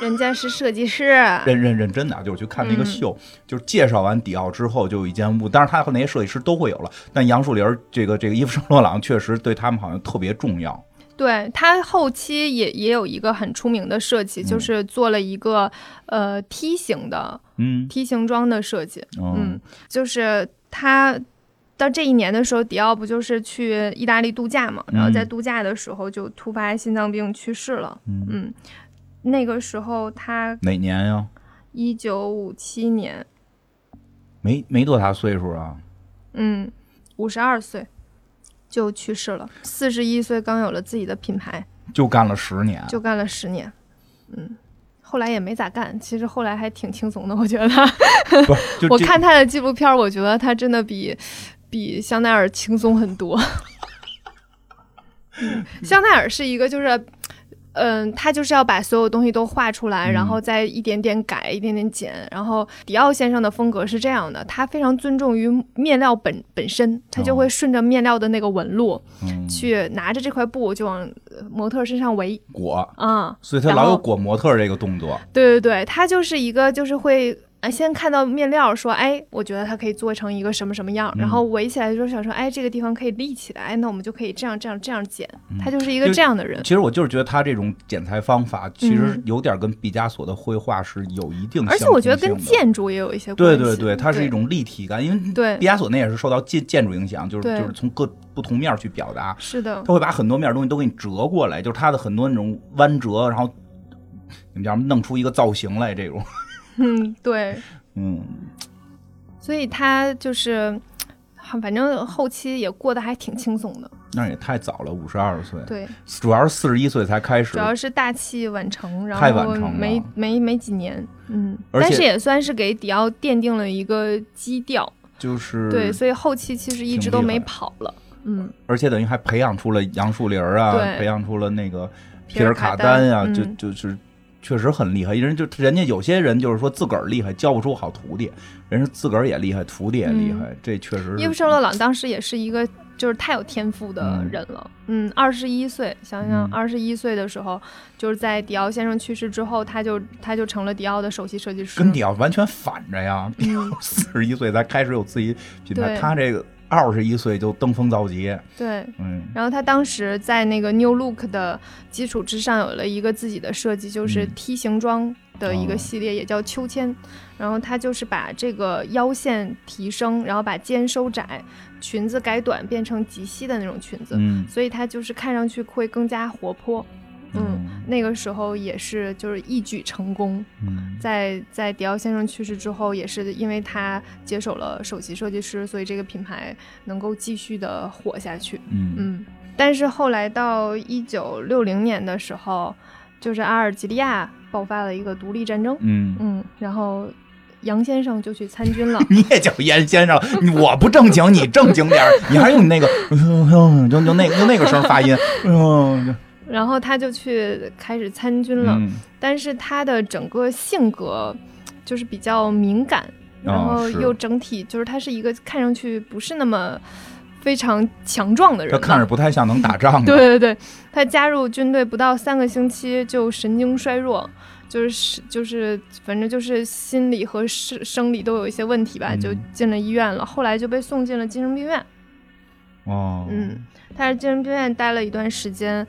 A: 人家是设计师，
B: 认认认真的啊，就是我去看那个
A: 嗯
B: 秀，就是介绍完迪奥之后就有一间屋，当然他和那些设计师都会有了，但杨树林儿这个这个伊夫圣罗朗确实对他们好像特别重要。
A: 对他后期也也有一个很出名的设计，就
B: 嗯
A: 是做了一个呃梯形的
B: 嗯
A: 梯形装的设计，
B: 哦
A: 嗯，就是他到这一年的时候，迪奥不就是去意大利度假嘛？然后在
B: 嗯
A: 度假的时候就突发心脏病去世了。
B: 嗯
A: 嗯，那个时候他
B: 哪年呀？
A: 一九五七年，
B: 没没多大岁数啊，
A: 嗯，五十二岁就去世了，四十一岁刚有了自己的品牌，
B: 就干了 十年。
A: 就干了十年。嗯。后来也没咋干，其实后来还挺轻松的，我觉得。
B: 不是，就
A: 我
B: 这
A: 看他的纪录片儿，我觉得他真的比比香奈儿轻松很多。 嗯香奈儿是一个就是。嗯，他就是要把所有东西都画出来，
B: 嗯
A: 然后再一点点改，一点点剪。然后迪奥先生的风格是这样的，他非常尊重于面料本本身，他就
B: 哦
A: 会顺着面料的那个纹路、
B: 嗯
A: 去拿着这块布就往呃模特身上围
B: 裹，
A: 啊。
B: 所以他
A: 然
B: 老有
A: 后
B: 裹模特这个动作。
A: 对对对，他就是一个就是会啊，先看到面料说，哎，我觉得它可以做成一个什么什么样，
B: 嗯
A: 然后围起来的时候想说，哎，这个地方可以立起来，哎，那我们就可以这样这样这样剪。他就是一个
B: 嗯就
A: 这样的人，
B: 其实我就是觉得他这种剪裁方法，其实有点跟毕加索的绘画是有一定相通性
A: 嗯
B: 的，
A: 而且我觉得跟建筑也有一些关
B: 对
A: 系。
B: 对对，它是一种立体感，因为
A: 对
B: 毕加索那也是受到建建筑影响，就是
A: 对
B: 就是从各不同面儿去表达，
A: 是的，
B: 他会把很多面儿东西都给你折过来，就是它的很多那种弯折，然后你们叫什么弄出一个造型来，这种，
A: 嗯，对，
B: 嗯，
A: 所以他就是，哈反正后期也过得还挺轻松的。
B: 那也太早了，五十二岁，
A: 对，
B: 主要是四十一岁才开始
A: 主，要是大器晚成，然
B: 太晚
A: 后
B: 成了
A: 没没没几年，嗯，
B: 而且
A: 但是也算是给迪奥奠定了一个基调。
B: 就是
A: 对，所以后期其实一直都
B: 挺厉害
A: 没跑了。嗯，
B: 而且等于还培养出了杨树林儿啊，
A: 对
B: 培养出了那个
A: 皮
B: 皮
A: 尔
B: 尔
A: 卡
B: 卡
A: 丹
B: 丹啊，就
A: 嗯
B: 就是确实很厉害。人就人家有些人就是说自个儿厉害，教不出好徒弟，人是自个儿也厉害，徒弟也
A: 嗯
B: 厉害，这确实
A: 伊夫
B: 是。
A: 圣洛朗当时也是一个就是太有天赋的人了，嗯，二十一岁，想想
B: 嗯
A: 二十一岁的时候，就是在迪奥先生去世之后，他就他就成了迪奥的首席设计师，
B: 跟迪奥完全反着呀！
A: 嗯，
B: 四十一岁才开始有自己品牌，
A: 对
B: 他这个二十一岁就登峰造极，
A: 对。
B: 嗯，
A: 然后他当时在那个 New Look 的基础之上，有了一个自己的设计，就是
B: 嗯
A: 梯形装的一
B: 哦
A: 个系列，也叫秋千。然后他就是把这个腰线提升，然后把肩收窄，裙子改短变成及膝的那种裙子，
B: 嗯
A: 所以它就是看上去会更加活泼。嗯，那个时候也是就是一举成功，
B: 嗯
A: 在在迪奥先生去世之后，也是因为他接手了首席设计师，所以这个品牌能够继续的火下去。
B: 嗯
A: 嗯，但是后来到一九六零年的时候，就是阿尔及利亚爆发了一个独立战争，
B: 嗯，。
A: 嗯，然后杨先生就去参军了
B: 你也叫严先生，你我不正经，你正经点儿，你还用你那个，嗯，就就那就那个声发音，嗯，
A: 然后他就去开始参军了，
B: 嗯，
A: 但是他的整个性格就是比较敏感，然
B: 哦
A: 后
B: 是
A: 又整体就是他是一个看上去不是那么非常强壮的人
B: 这
A: 吧，
B: 看着不太像能打仗的，
A: 对对对，他加入军队不到三个星期就神经衰弱，就是就是反正就是心理和生生理都有一些问题吧，
B: 嗯
A: 就进了医院了。后来就被送进了精神病院，
B: 哦，
A: 嗯，他在精神病院待了一段时间。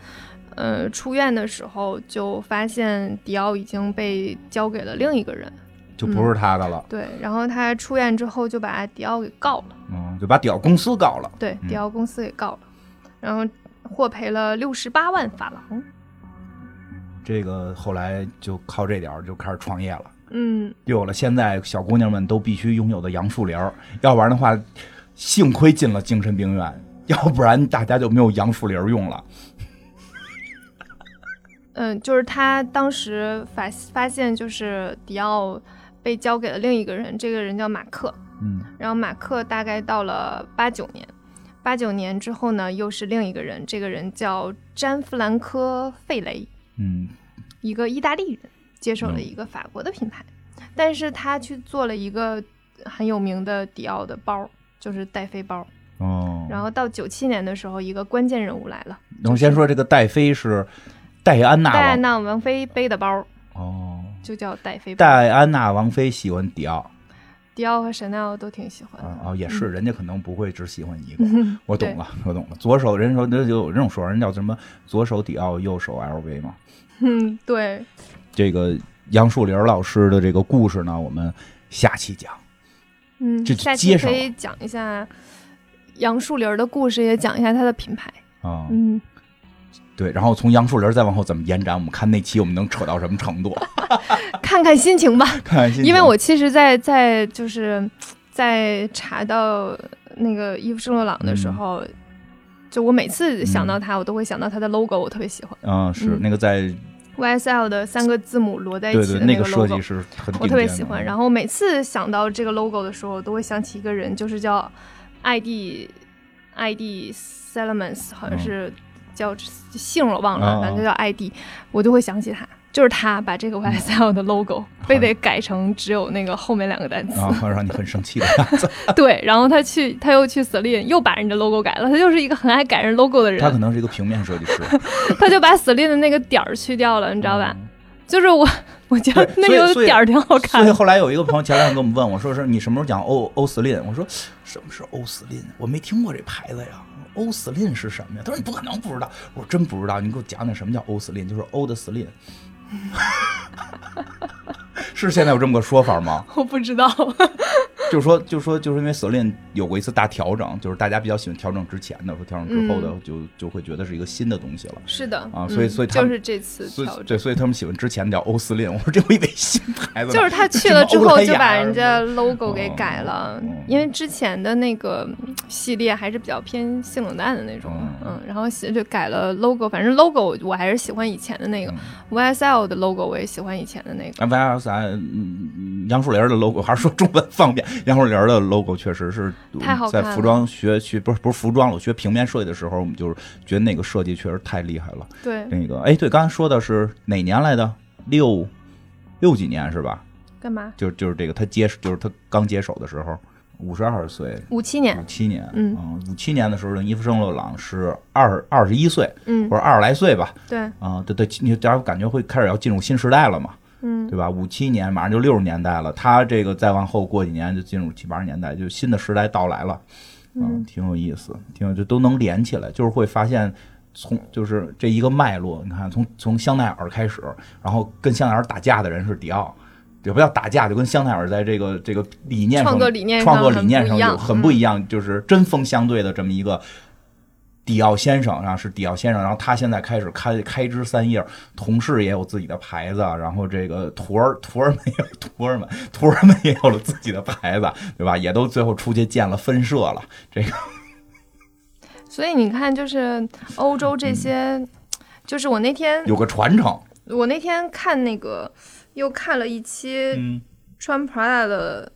A: 呃，出院的时候就发现迪奥已经被交给了另一个人，
B: 就
A: 嗯
B: 不是他的了，
A: 对，然后他出院之后就把迪奥给告了，
B: 嗯，就把屌公司告了，
A: 对，
B: 嗯
A: 迪奥公司给告了，然后获赔了六十八万法郎，
B: 这个后来就靠这点儿就开始创业了，
A: 嗯，
B: 又有了现在小姑娘们都必须拥有的杨树林儿，要不然的话，幸亏进了精神病院，要不然大家就没有杨树林儿用了，
A: 嗯，就是他当时发发现，就是迪奥被交给了另一个人，这个人叫马克。
B: 嗯
A: 然后马克大概到了八九年，八九年之后呢，又是另一个人，这个人叫詹弗兰科·费雷，
B: 嗯，
A: 一个意大利人，接手了一个法国的品牌，但是他去做了一个很有名的迪奥的包，就是戴妃包。
B: 哦，
A: 然后到九七年的时候，一个关键人物来了，
B: 然后先说这个戴妃是戴安娜
A: 戴安
B: 王，
A: 娜王妃背的包
B: 哦，
A: 就叫戴妃包。
B: 戴安娜王妃喜欢迪奥。
A: 迪奥和 Chanel 都挺喜欢的。
B: 啊啊，也是，人家可能不会只喜欢一个。
A: 嗯
B: 我懂了，我懂了。左手人说那就有这种说法，人叫什么？左手迪奥，右手 LV 嘛。
A: 嗯， 对，
B: 这个杨树林老师的这个故事呢，我们下期讲。
A: 嗯，
B: 就
A: 下期
B: 接上
A: 可
B: 了
A: 以讲一下杨树林儿的故事，也讲一下它的品牌。
B: 啊、
A: 嗯，
B: 对，然后从杨树林再往后怎么延展，我们看那期我们能扯到什么程 度，
A: 看看心情吧，
B: 看看心情。
A: 因为我其实在，在就是在查到那个伊夫圣洛朗的
B: 嗯
A: 时候，就我每次想到它，我都会想到它的 logo，我特别喜欢
B: 嗯是
A: 嗯
B: 那个在
A: YSL 的三个字母摞在一
B: 对
A: 起
B: 对
A: 的那
B: 个设
A: logo
B: 计。师很
A: 我特别
B: 顶尖
A: 喜
B: 的啊
A: 欢，然后每次想到这个 logo 的时候，我都会想起一个人，就是叫艾蒂艾蒂 Salamans，好像是叫姓我忘
B: 嗯啊啊嗯
A: 了，反正就叫艾蒂，我就会想起他，就是他把这个 YSL 的 logo 非得改成只有那个后面两个单词，
B: 啊，让你很生气的 样子。
A: 对，然后他去他又去 Celine 又把人家 logo 改了，他就是一个很爱改人 logo 的人
B: 他，可能是一个平面设计师，
A: 他就把 Celine 的那个点儿去掉了，你知道吧？
B: 嗯？
A: 就是我我觉得
B: 对
A: 那
B: 所以
A: 个
B: 所以
A: 点儿挺好看
B: 所以
A: 的。
B: 后来有一个朋友前两天跟我们问我说是你什么时候讲欧欧司令？我说什么是欧司令？我没听过这牌子呀。欧司令是什么呀？他说你不可能不知道。我说真不知道，你给我讲讲什么叫欧司令？就是欧的司令。 是现在有这么个说法吗？
A: 我不知道，
B: 就是说，就是说，就是因为司令有过一次大调整，就是大家比较喜欢调整之前的，说调整之后
A: 嗯
B: 的就、就会觉得是一个新的东西了。
A: 是的
B: 啊所以
A: 嗯
B: 所以他
A: 就
B: 们
A: 是这次
B: 所以
A: 调整，
B: 对，所以他们喜欢之前叫欧司令。我说这我以为新牌子呢，
A: 就是他去
B: 什么
A: 了之
B: 欧莱
A: 后
B: 雅
A: 就把
B: 啊
A: 人
B: 什么的
A: 家 logo 给改了
B: 嗯，
A: 因为之前的那个嗯系列还是比较偏性冷淡的那种
B: 嗯，
A: 嗯，然后写就改了 logo，反正 logo 我还是喜欢以前的那个
B: 嗯
A: YSL 的 logo，我也喜欢以前的那个。
B: YSL 啊嗯杨树林儿的 logo，还是说中文方便？杨树林儿的 logo 确实是
A: 太好
B: 在
A: 看
B: 服装学学不是不是服装了，我学平面设计的时候，我们就是觉得那个设计确实太厉害了。
A: 对，
B: 那个哎，对，刚才说的是哪年来的？六六几年是吧？
A: 干嘛？
B: 就就是这个他接就是他刚接手的时候，五十二岁，
A: 五七
B: 五
A: 年，
B: 七年，
A: 嗯
B: 五七年的时候呢，伊夫圣洛朗是二二十一岁
A: 嗯
B: 或，者二十来岁吧，
A: 对，
B: 啊、对对，你大家感觉会开始要进入新时代了嘛。
A: 嗯，
B: 对吧？五七年马上就六十年代了，他这个再往后过几年就进入七八十年代，就新的时代到来了，嗯，挺有意思，挺有就都能连起来，就是会发现从就是这一个脉络，你看从从香奈儿开始，然后跟香奈儿打架的人是迪奥。也不叫打架，就跟香奈儿在这个这个理念上、
A: 创作理念上
B: 创作理念
A: 很不
B: 上
A: 一
B: 有
A: 样嗯
B: 很不一样，就是针锋相对的这么一个迪奥先生啊，是迪奥先生，然后他现在开始开开枝散叶，同事也有自己的牌子，啊然后这个徒儿徒儿们也有徒儿们，徒儿们也有了自己的牌子，对吧？也都最后出去建了分社了，这个
A: 所以你看，就是欧洲这些，
B: 嗯
A: 就是我那天
B: 有个传承。
A: 我那天看那个，又看了一期
B: 嗯
A: 穿 Prada 的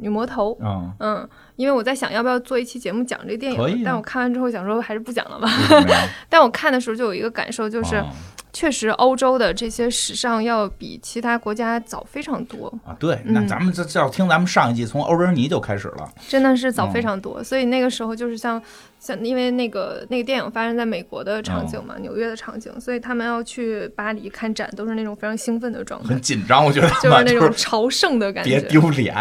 A: 女魔头，
B: 啊，
A: 嗯，因为我在想要不要做一期节目讲这个电
B: 可以啊
A: 影，但我看完之后想说还是不讲了吧。
B: 为什么呀
A: 但我看的时候就有一个感受， 就是
B: 啊
A: 确实欧洲的这些时尚要比其他国家早非常多，
B: 啊，对，那
A: 嗯
B: 咱们这这要听咱们上一季从欧仁尼就开始了，
A: 真的是早非常多，
B: 嗯
A: 所以那个时候就是像像因为那个那个电影发生在美国的场景
B: 哦
A: 嘛，纽约的场景，所以他们要去巴黎看展，都是那种非常兴奋的状态
B: 很，紧张，我觉得
A: 就是
B: 吧
A: 那种朝圣的感
B: 别
A: 觉，
B: 丢脸，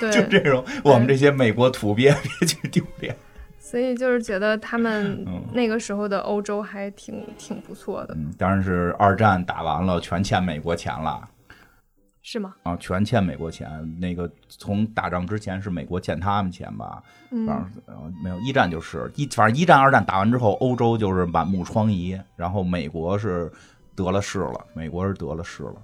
B: 就
A: 对，
B: 这种我们这些美国土鳖别去丢脸。
A: 所以就是觉得他们
B: 嗯
A: 那个时候的欧洲还挺挺不错的，
B: 嗯，当然是二战打完了，全欠美国钱了。
A: 是吗？
B: 啊，全欠美国钱。那个从打仗之前是美国欠他们钱吧？反正、
A: 嗯，
B: 呃没有一战就是一，反正一战、二战打完之后，欧洲就是满目疮痍，然后美国是得了势了，美国是得了势了。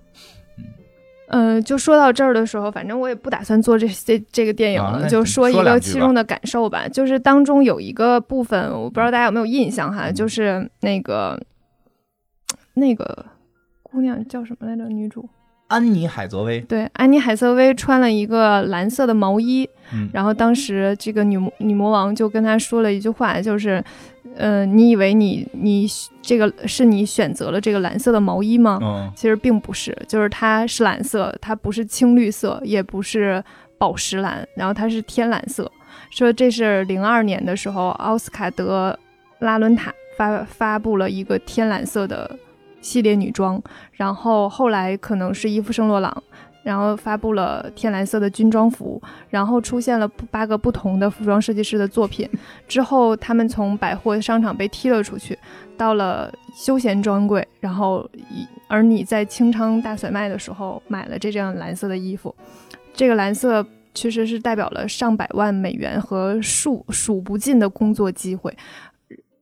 A: 呃，就说到这儿的时候，反正我也不打算做这这这个电影
B: 啊
A: 了，
B: 那
A: 就说一
B: 说两
A: 个
B: 句吧
A: 其中的感受吧。就是当中有一个部分，我不知道大家有没有印象哈，
B: 嗯
A: 就是那个那个姑娘叫什么来着？女主
B: 安妮海瑟薇，
A: 对，安妮海瑟薇穿了一个蓝色的毛衣，
B: 嗯
A: 然后当时这个女魔女魔王就跟她说了一句话，就是，呃，你以为你你这个是你选择了这个蓝色的毛衣吗？
B: 嗯，
A: 其实并不是，就是它是蓝色，它不是青绿色，也不是宝石蓝，然后它是天蓝色。说这是零二年的时候，奥斯卡德拉伦塔发发布了一个天蓝色的系列女装，然后后来可能是伊夫圣洛朗。然后发布了天蓝色的军装服，然后出现了不八个不同的服装设计师的作品。之后，他们从百货商场被踢了出去，到了休闲专柜，然后以而你在清仓大甩卖的时候买了这件蓝色的衣服，这个蓝色其实是代表了上百万美元和数数不尽的工作机会。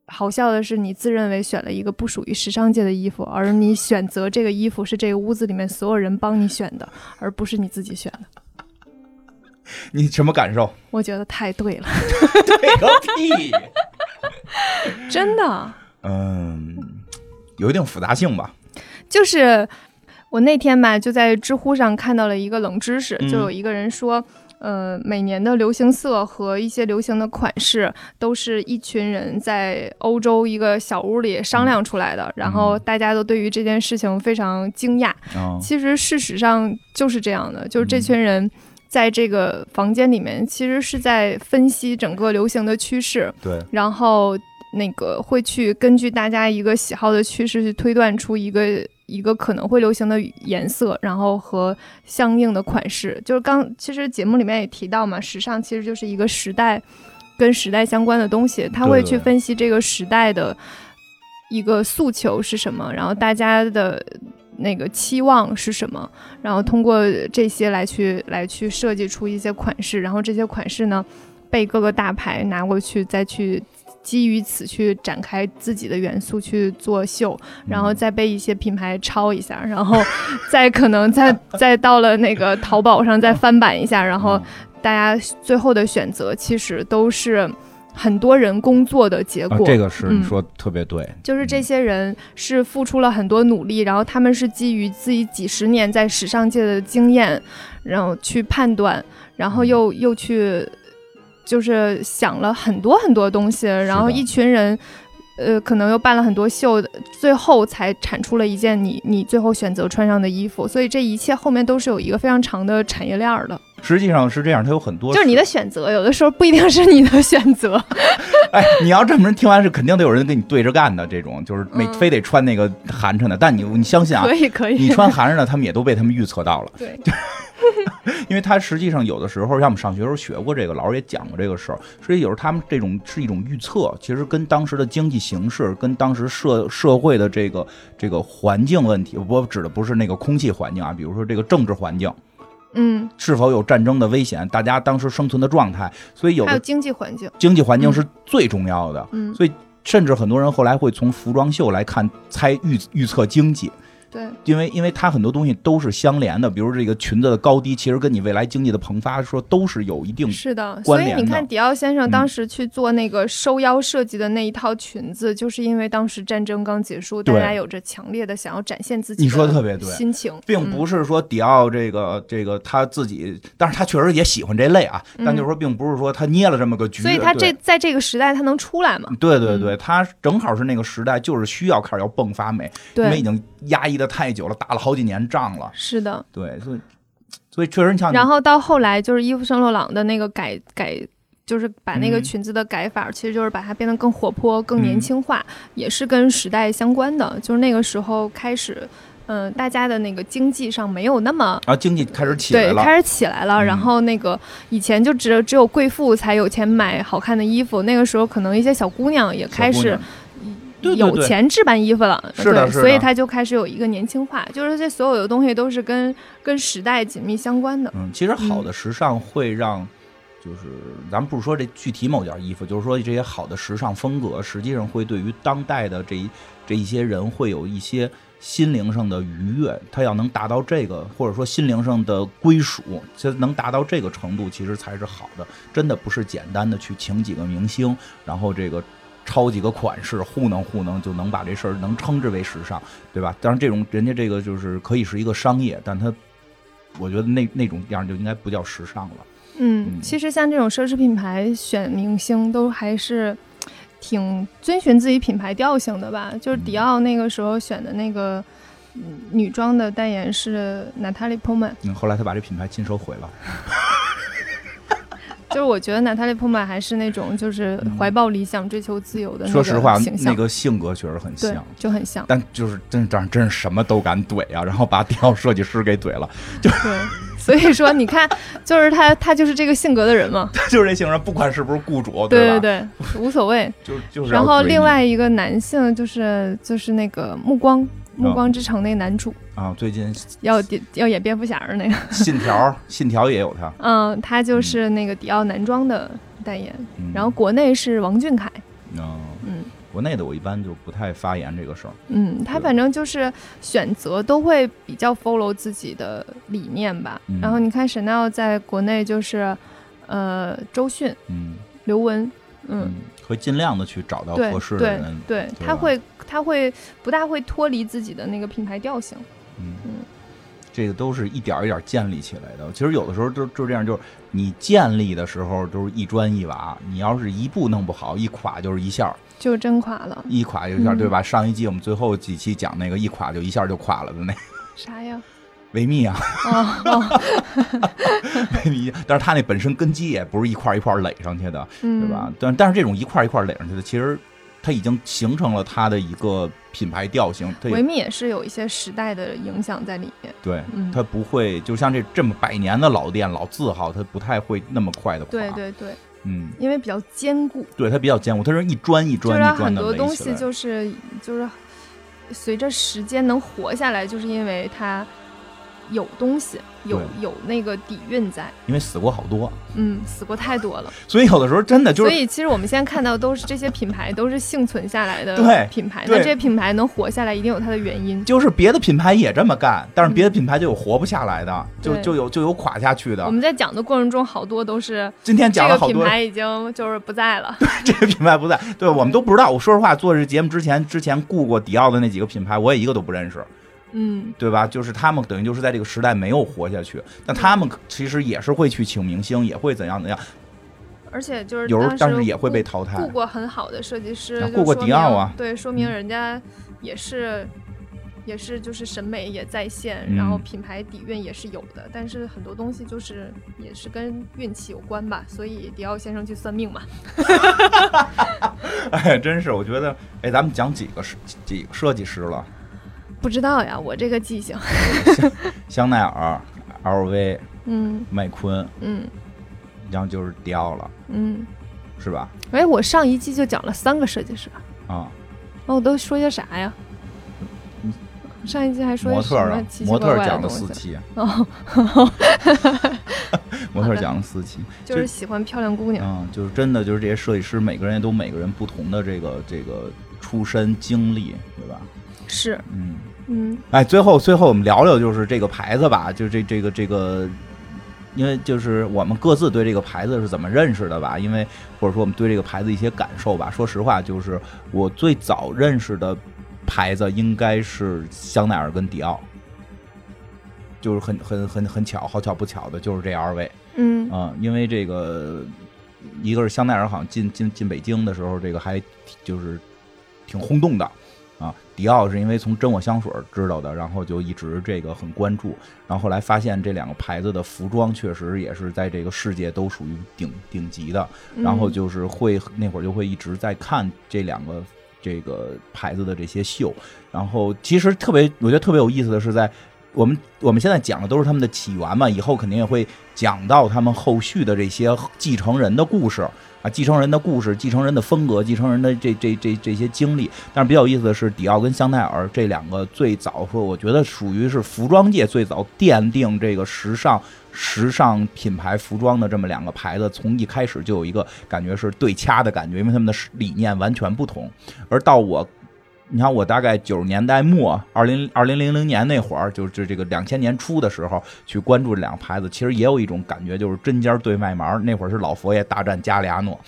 A: 好笑的是，你自认为选了一个不属于时尚界的衣服，而你选择这个衣服是这个屋子里面所有人帮你选的，而不是你自己选的。
B: 你什么感受？
A: 我觉得太对了，
B: 对个屁！
A: 真的。
B: 嗯，有一定复杂性吧。
A: 就是我那天吧，就在知乎上看到了一个冷知识，
B: 嗯
A: 就有一个人说。呃，每年的流行色和一些流行的款式，都是一群人在欧洲一个小屋里商量出来的。然后大家都对于这件事情非常惊讶。
B: 嗯，
A: 其实事实上就是这样的，就是这群人在这个房间里面，其实是在分析整个流行的趋势。
B: 对，
A: 然后那个会去根据大家一个喜好的趋势去推断出一个一个可能会流行的颜色，然后和相应的款式。就是刚其实节目里面也提到嘛，时尚其实就是一个时代跟时代相关的东西，他会
B: 对
A: 去分析这个时代的一个诉求是什么，然后大家的那个期望是什么，然后通过这些来去来去设计出一些款式，然后这些款式呢被各个大牌拿过去，再去基于此去展开自己的元素去做秀，
B: 嗯
A: 然后再被一些品牌抄一下，然后 再可能 再再到了那个淘宝上再翻版一
B: 嗯
A: 下，然后大家最后的选择其实都是很多人工作的结
B: 啊
A: 果。，
B: 这个是你
A: 嗯
B: 说得特别对，
A: 就是这些人是付出了很多努力，然后他们是基于自己几十年在时尚界的经验，然后去判断，然后
B: 嗯
A: 又又去，就是想了很多很多东西，然后一群人。呃，可能又办了很多秀，最后才产出了一件你你最后选择穿上的衣服，所以这一切后面都是有一个非常长的产业链儿的，
B: 实际上是这样，它有很多
A: 就是你的选择，有的时候不一定是你的选择。
B: 哎，你要这么人听完是肯定得有人跟你对着干的，这种就是每、
A: 嗯
B: 非得穿那个寒碜的，但你你相 信啊
A: 可，以可
B: 你
A: 以，
B: 穿寒碜的，他们也都被他们预测到了，
A: 对，
B: 因为他实际上有的时候，像我们上学的时候学过这个，老师也讲过这个事儿，所以有时候他们这种是一种预测，其实跟当时的经济形势、跟当时社社会的这个这个环境问题，我指的不是那个空气环境啊，比如说这个政治环境
A: 嗯，
B: 是否有战争的危险，大家当时生存的状态，所以有
A: 还有
B: 的
A: 经济环境，
B: 经济环境是最重要的。
A: 嗯，
B: 所以甚至很多人后来会从服装秀来看猜预预测经济，
A: 对，
B: 因为因为它很多东西都是相连的，比如这个裙子的高低，其实跟你未来经济的膨发说都是有一定。
A: 是的，所
B: 关
A: 以
B: 联
A: 你
B: 的
A: 看迪奥先生
B: 嗯
A: 当时去做那个收腰设计的那一套裙子，就是因为当时战争刚结束，大
B: 对
A: 家有着强烈的想要展现自己，
B: 你说得特别对
A: 心情嗯
B: 并不是说迪奥这个这个他自己，但是他确实也喜欢这类啊，但就是说并不是说他捏了这么个局，
A: 嗯所以他
B: 对
A: 这嗯在这个时代他能出来嘛？
B: 对对对，他正好是那个时代，就是需要开始要迸发美，因为
A: 对，
B: 已经压抑的太久了，打了好几年仗了，
A: 是的。
B: 对，所以所以确实你像你
A: 然后到后来就是伊夫圣洛朗的那个改改。就是把那个
B: 嗯
A: 裙子的改法，其实就是把它变得更活泼、更年
B: 嗯
A: 轻化，也是跟时代相关的。就是那个时候开始，嗯、大家的那个经济上没有那么
B: 然后啊经济开始起来
A: 对，
B: 了，
A: 开始起来了。然
B: 嗯
A: 后那个以前就只只有贵妇才有钱买好看的衣服，那个时候可能一些小姑娘也
B: 小
A: 开
B: 姑
A: 始
B: 娘对对
A: 有
B: 对
A: 钱置办衣服了，
B: 是的
A: 对
B: 是
A: 所以
B: 的
A: 她就开始有一个年轻化，就是这所有的东西都是跟跟时代紧密相关的。
B: 嗯，其实好
A: 嗯
B: 的时尚会让，就是咱们不是说这具体某件衣服，就是说这些好的时尚风格，实际上会对于当代的这一这一些人会有一些心灵上的愉悦。他要能达到这个，或者说心灵上的归属，就能达到这个程度，其实才是好的。真的不是简单的去请几个明星，然后这个。抄几个款式糊弄糊弄就能把这事儿能称之为时尚，对吧？当然，这种人家这个就是可以是一个商业，但它我觉得那那种样就应该不叫时尚了。
A: 嗯，
B: 嗯
A: 其实像这种奢侈品牌选明星都还是。挺遵循自己品牌调性的吧，就是
B: 嗯
A: 迪奥那个时候选的那个嗯女装的代言是 Natalie Portman，
B: 嗯，后来他把这品牌亲手毁了。
A: 就是我觉得娜塔莉·波曼还是那种就是怀抱理想、追求自由的那
B: 嗯说
A: 个
B: 实话
A: 形，象，
B: 那个性格确实很
A: 对
B: 像，，。
A: 就很像
B: 但就是真但是真是什么都敢怼啊，然后把迪奥设计师给怼了，
A: 对，所以说你看，就是他，他就是这个性格的人嘛。
B: 他就是这性格，不管是不是雇主，
A: 对
B: 吧？
A: 对，无所谓。
B: 就就是要
A: 然
B: 怼你。
A: 后另外一个男性就是就是那个《暮光》《
B: 嗯
A: 暮光之城》那男主，
B: 啊，最近
A: 要演要演蝙蝠侠的那个，
B: 信条 信条也有他，
A: 嗯，他就是那个迪奥男装的代言。
B: 嗯、
A: 然后国内是王俊凯，
B: 嗯
A: 嗯。
B: 国内的我一般就不太发言这个事儿，
A: 嗯，他
B: 对
A: 反正就是选择都会比较 follow 自己的理念吧。
B: 嗯
A: 然后你看 Chanel 在国内就是，呃，周迅、
B: 嗯
A: 刘雯，嗯，，
B: 会尽量的去找到
A: 对
B: 合适的
A: 对
B: 人，
A: 对，
B: 对
A: 他
B: 吧
A: 会他会不大会脱离自己的那个品牌调性。
B: 嗯
A: 嗯，
B: 这个都是一点儿一点儿建立起来的。其实有的时候就就这样，就是你建立的时候都是一砖一瓦，你要是一步弄不好，一垮就是一下儿，
A: 就真垮了，
B: 一垮就一下儿，
A: 嗯
B: 对吧？上一季我们最后几期讲那个一垮就一下就垮了的那
A: 啥呀？
B: 维密啊，
A: 哦哦，
B: 维密，但是他那本身根基也不是一块儿一块儿垒上去的，
A: 嗯，
B: 对吧？？但但是这种一块儿一块儿垒上去的，其实它已经形成了它的一个品牌调性，它也
A: 维密也是有一些时代的影响在里面。
B: 对，
A: 嗯，
B: 它不会就像这这么百年的老店老字号，它不太会那么快的垮。
A: 对，对对，
B: 嗯，
A: 因为比较坚固，
B: 对，它比较坚固，它是一砖一
A: 就是
B: 砖
A: 它
B: 一砖
A: 很
B: 的
A: 多
B: 垒
A: 东
B: 起
A: 西
B: 来。
A: 就是就是随着时间能活下来，就是因为它有东西，有
B: 对
A: 有那个底蕴在。
B: 因为死过好多，
A: 嗯，死过太多了，
B: 所以有的时候真的就
A: 所
B: 是
A: 以其实我们现在看到都是这些品牌都是幸存下来的
B: 对
A: 品牌，那
B: 对
A: 这些品牌能活下来，一定有它的原因。
B: 就是别的品牌也这么干，但是别的品牌就有活不下来的，
A: 嗯
B: 就
A: 对
B: 就有就有垮下去
A: 我
B: 的。
A: 们在讲的过程中，好多都是
B: 今天
A: 这
B: 讲
A: 个
B: 了好
A: 品
B: 多，
A: 牌已经就是不在 了。
B: 这个品 牌不在，对我们都不知道。我说实话，做这节目之前，之前雇过迪奥的那几个品牌，我也一个都不认识。
A: 嗯，
B: 对吧？就是他们等于就是在这个时代没有活下去，但他们其实也是会去请明星，也会怎样怎样，
A: 而且就是
B: 有时候
A: 当
B: 但
A: 时
B: 是也会被
A: 雇
B: 淘汰
A: 雇。过很好的设计师
B: 啊，
A: 就
B: 雇过
A: 说
B: 迪奥
A: 明
B: 啊
A: 对，说明人家也是。也是，就是审美也在线，
B: 嗯
A: 然后品牌底蕴也是有的，但是很多东西就是也是跟运气有关吧，所以迪奥先生去算命嘛。
B: 哎， 真是，我觉得，哎，咱们讲几个设几个设计师了，
A: 不知道呀，我这个记性，
B: 香奈儿、LV、
A: 嗯
B: 麦昆，
A: 嗯
B: 然后就是迪奥了，
A: 嗯。
B: 是吧？
A: 哎，我上一季就讲了三个设计师，
B: 啊、
A: 那我都说些啥呀？上一季还说
B: 嗯模
A: 些
B: 特
A: 什
B: 儿
A: 么
B: 啊
A: 奇，奇
B: 模
A: 怪
B: 特儿
A: 怪
B: 讲
A: 的
B: 了
A: 东
B: 四
A: 西？
B: 期，
A: 哦，
B: 模特
A: 好
B: 儿
A: 的
B: 讲了四期，
A: 就是喜欢漂亮姑娘。
B: 嗯，就是真的，就是这些设计师，每个人都每个人不同的这个这个出身经历，对吧？
A: 是，
B: 嗯。
A: 嗯，
B: 哎，最后最后我们聊聊就是这个牌子吧，就这这个这个，因为就是我们各自对这个牌子是怎么认识的吧，因为或者说我们对这个牌子一些感受吧。说实话，就是我最早认识的牌子应该是香奈儿跟迪奥。就是很很很很巧，好巧不巧的，就是这二位
A: 嗯，
B: 啊、因为这个一个是香奈儿好像进进进北京的时候，这个还就是挺轰动的啊。迪奥是因为从真我香水知道的，然后就一直这个很关注，然后后来发现这两个牌子的服装确实也是在这个世界都属于顶顶级的，然后
A: 嗯
B: 就是会那会儿就会一直在看这两个这个牌子的这些秀，然后其实特别我觉得特别有意思的是在。我们我们现在讲的都是他们的起源嘛，以后肯定也会讲到他们后续的这些继承人的故事啊，继承人的故事、继承人的风格、继承人的这这这这些经历。但是比较有意思的是，迪奥跟香奈儿这两个最早说，我觉得属于是服装界最早奠定这个时尚时尚品牌服装的这么两个牌子，从一开始就有一个感觉是对掐的感觉，因为他们的理念完全不同。而到我，你看我大概九十年代末，二零二零零零年那会儿，就是这个两千年初的时候，去关注这两个牌子，其实也有一种感觉，就是针尖儿对麦芒。那会儿是老佛爷大战加利亚诺，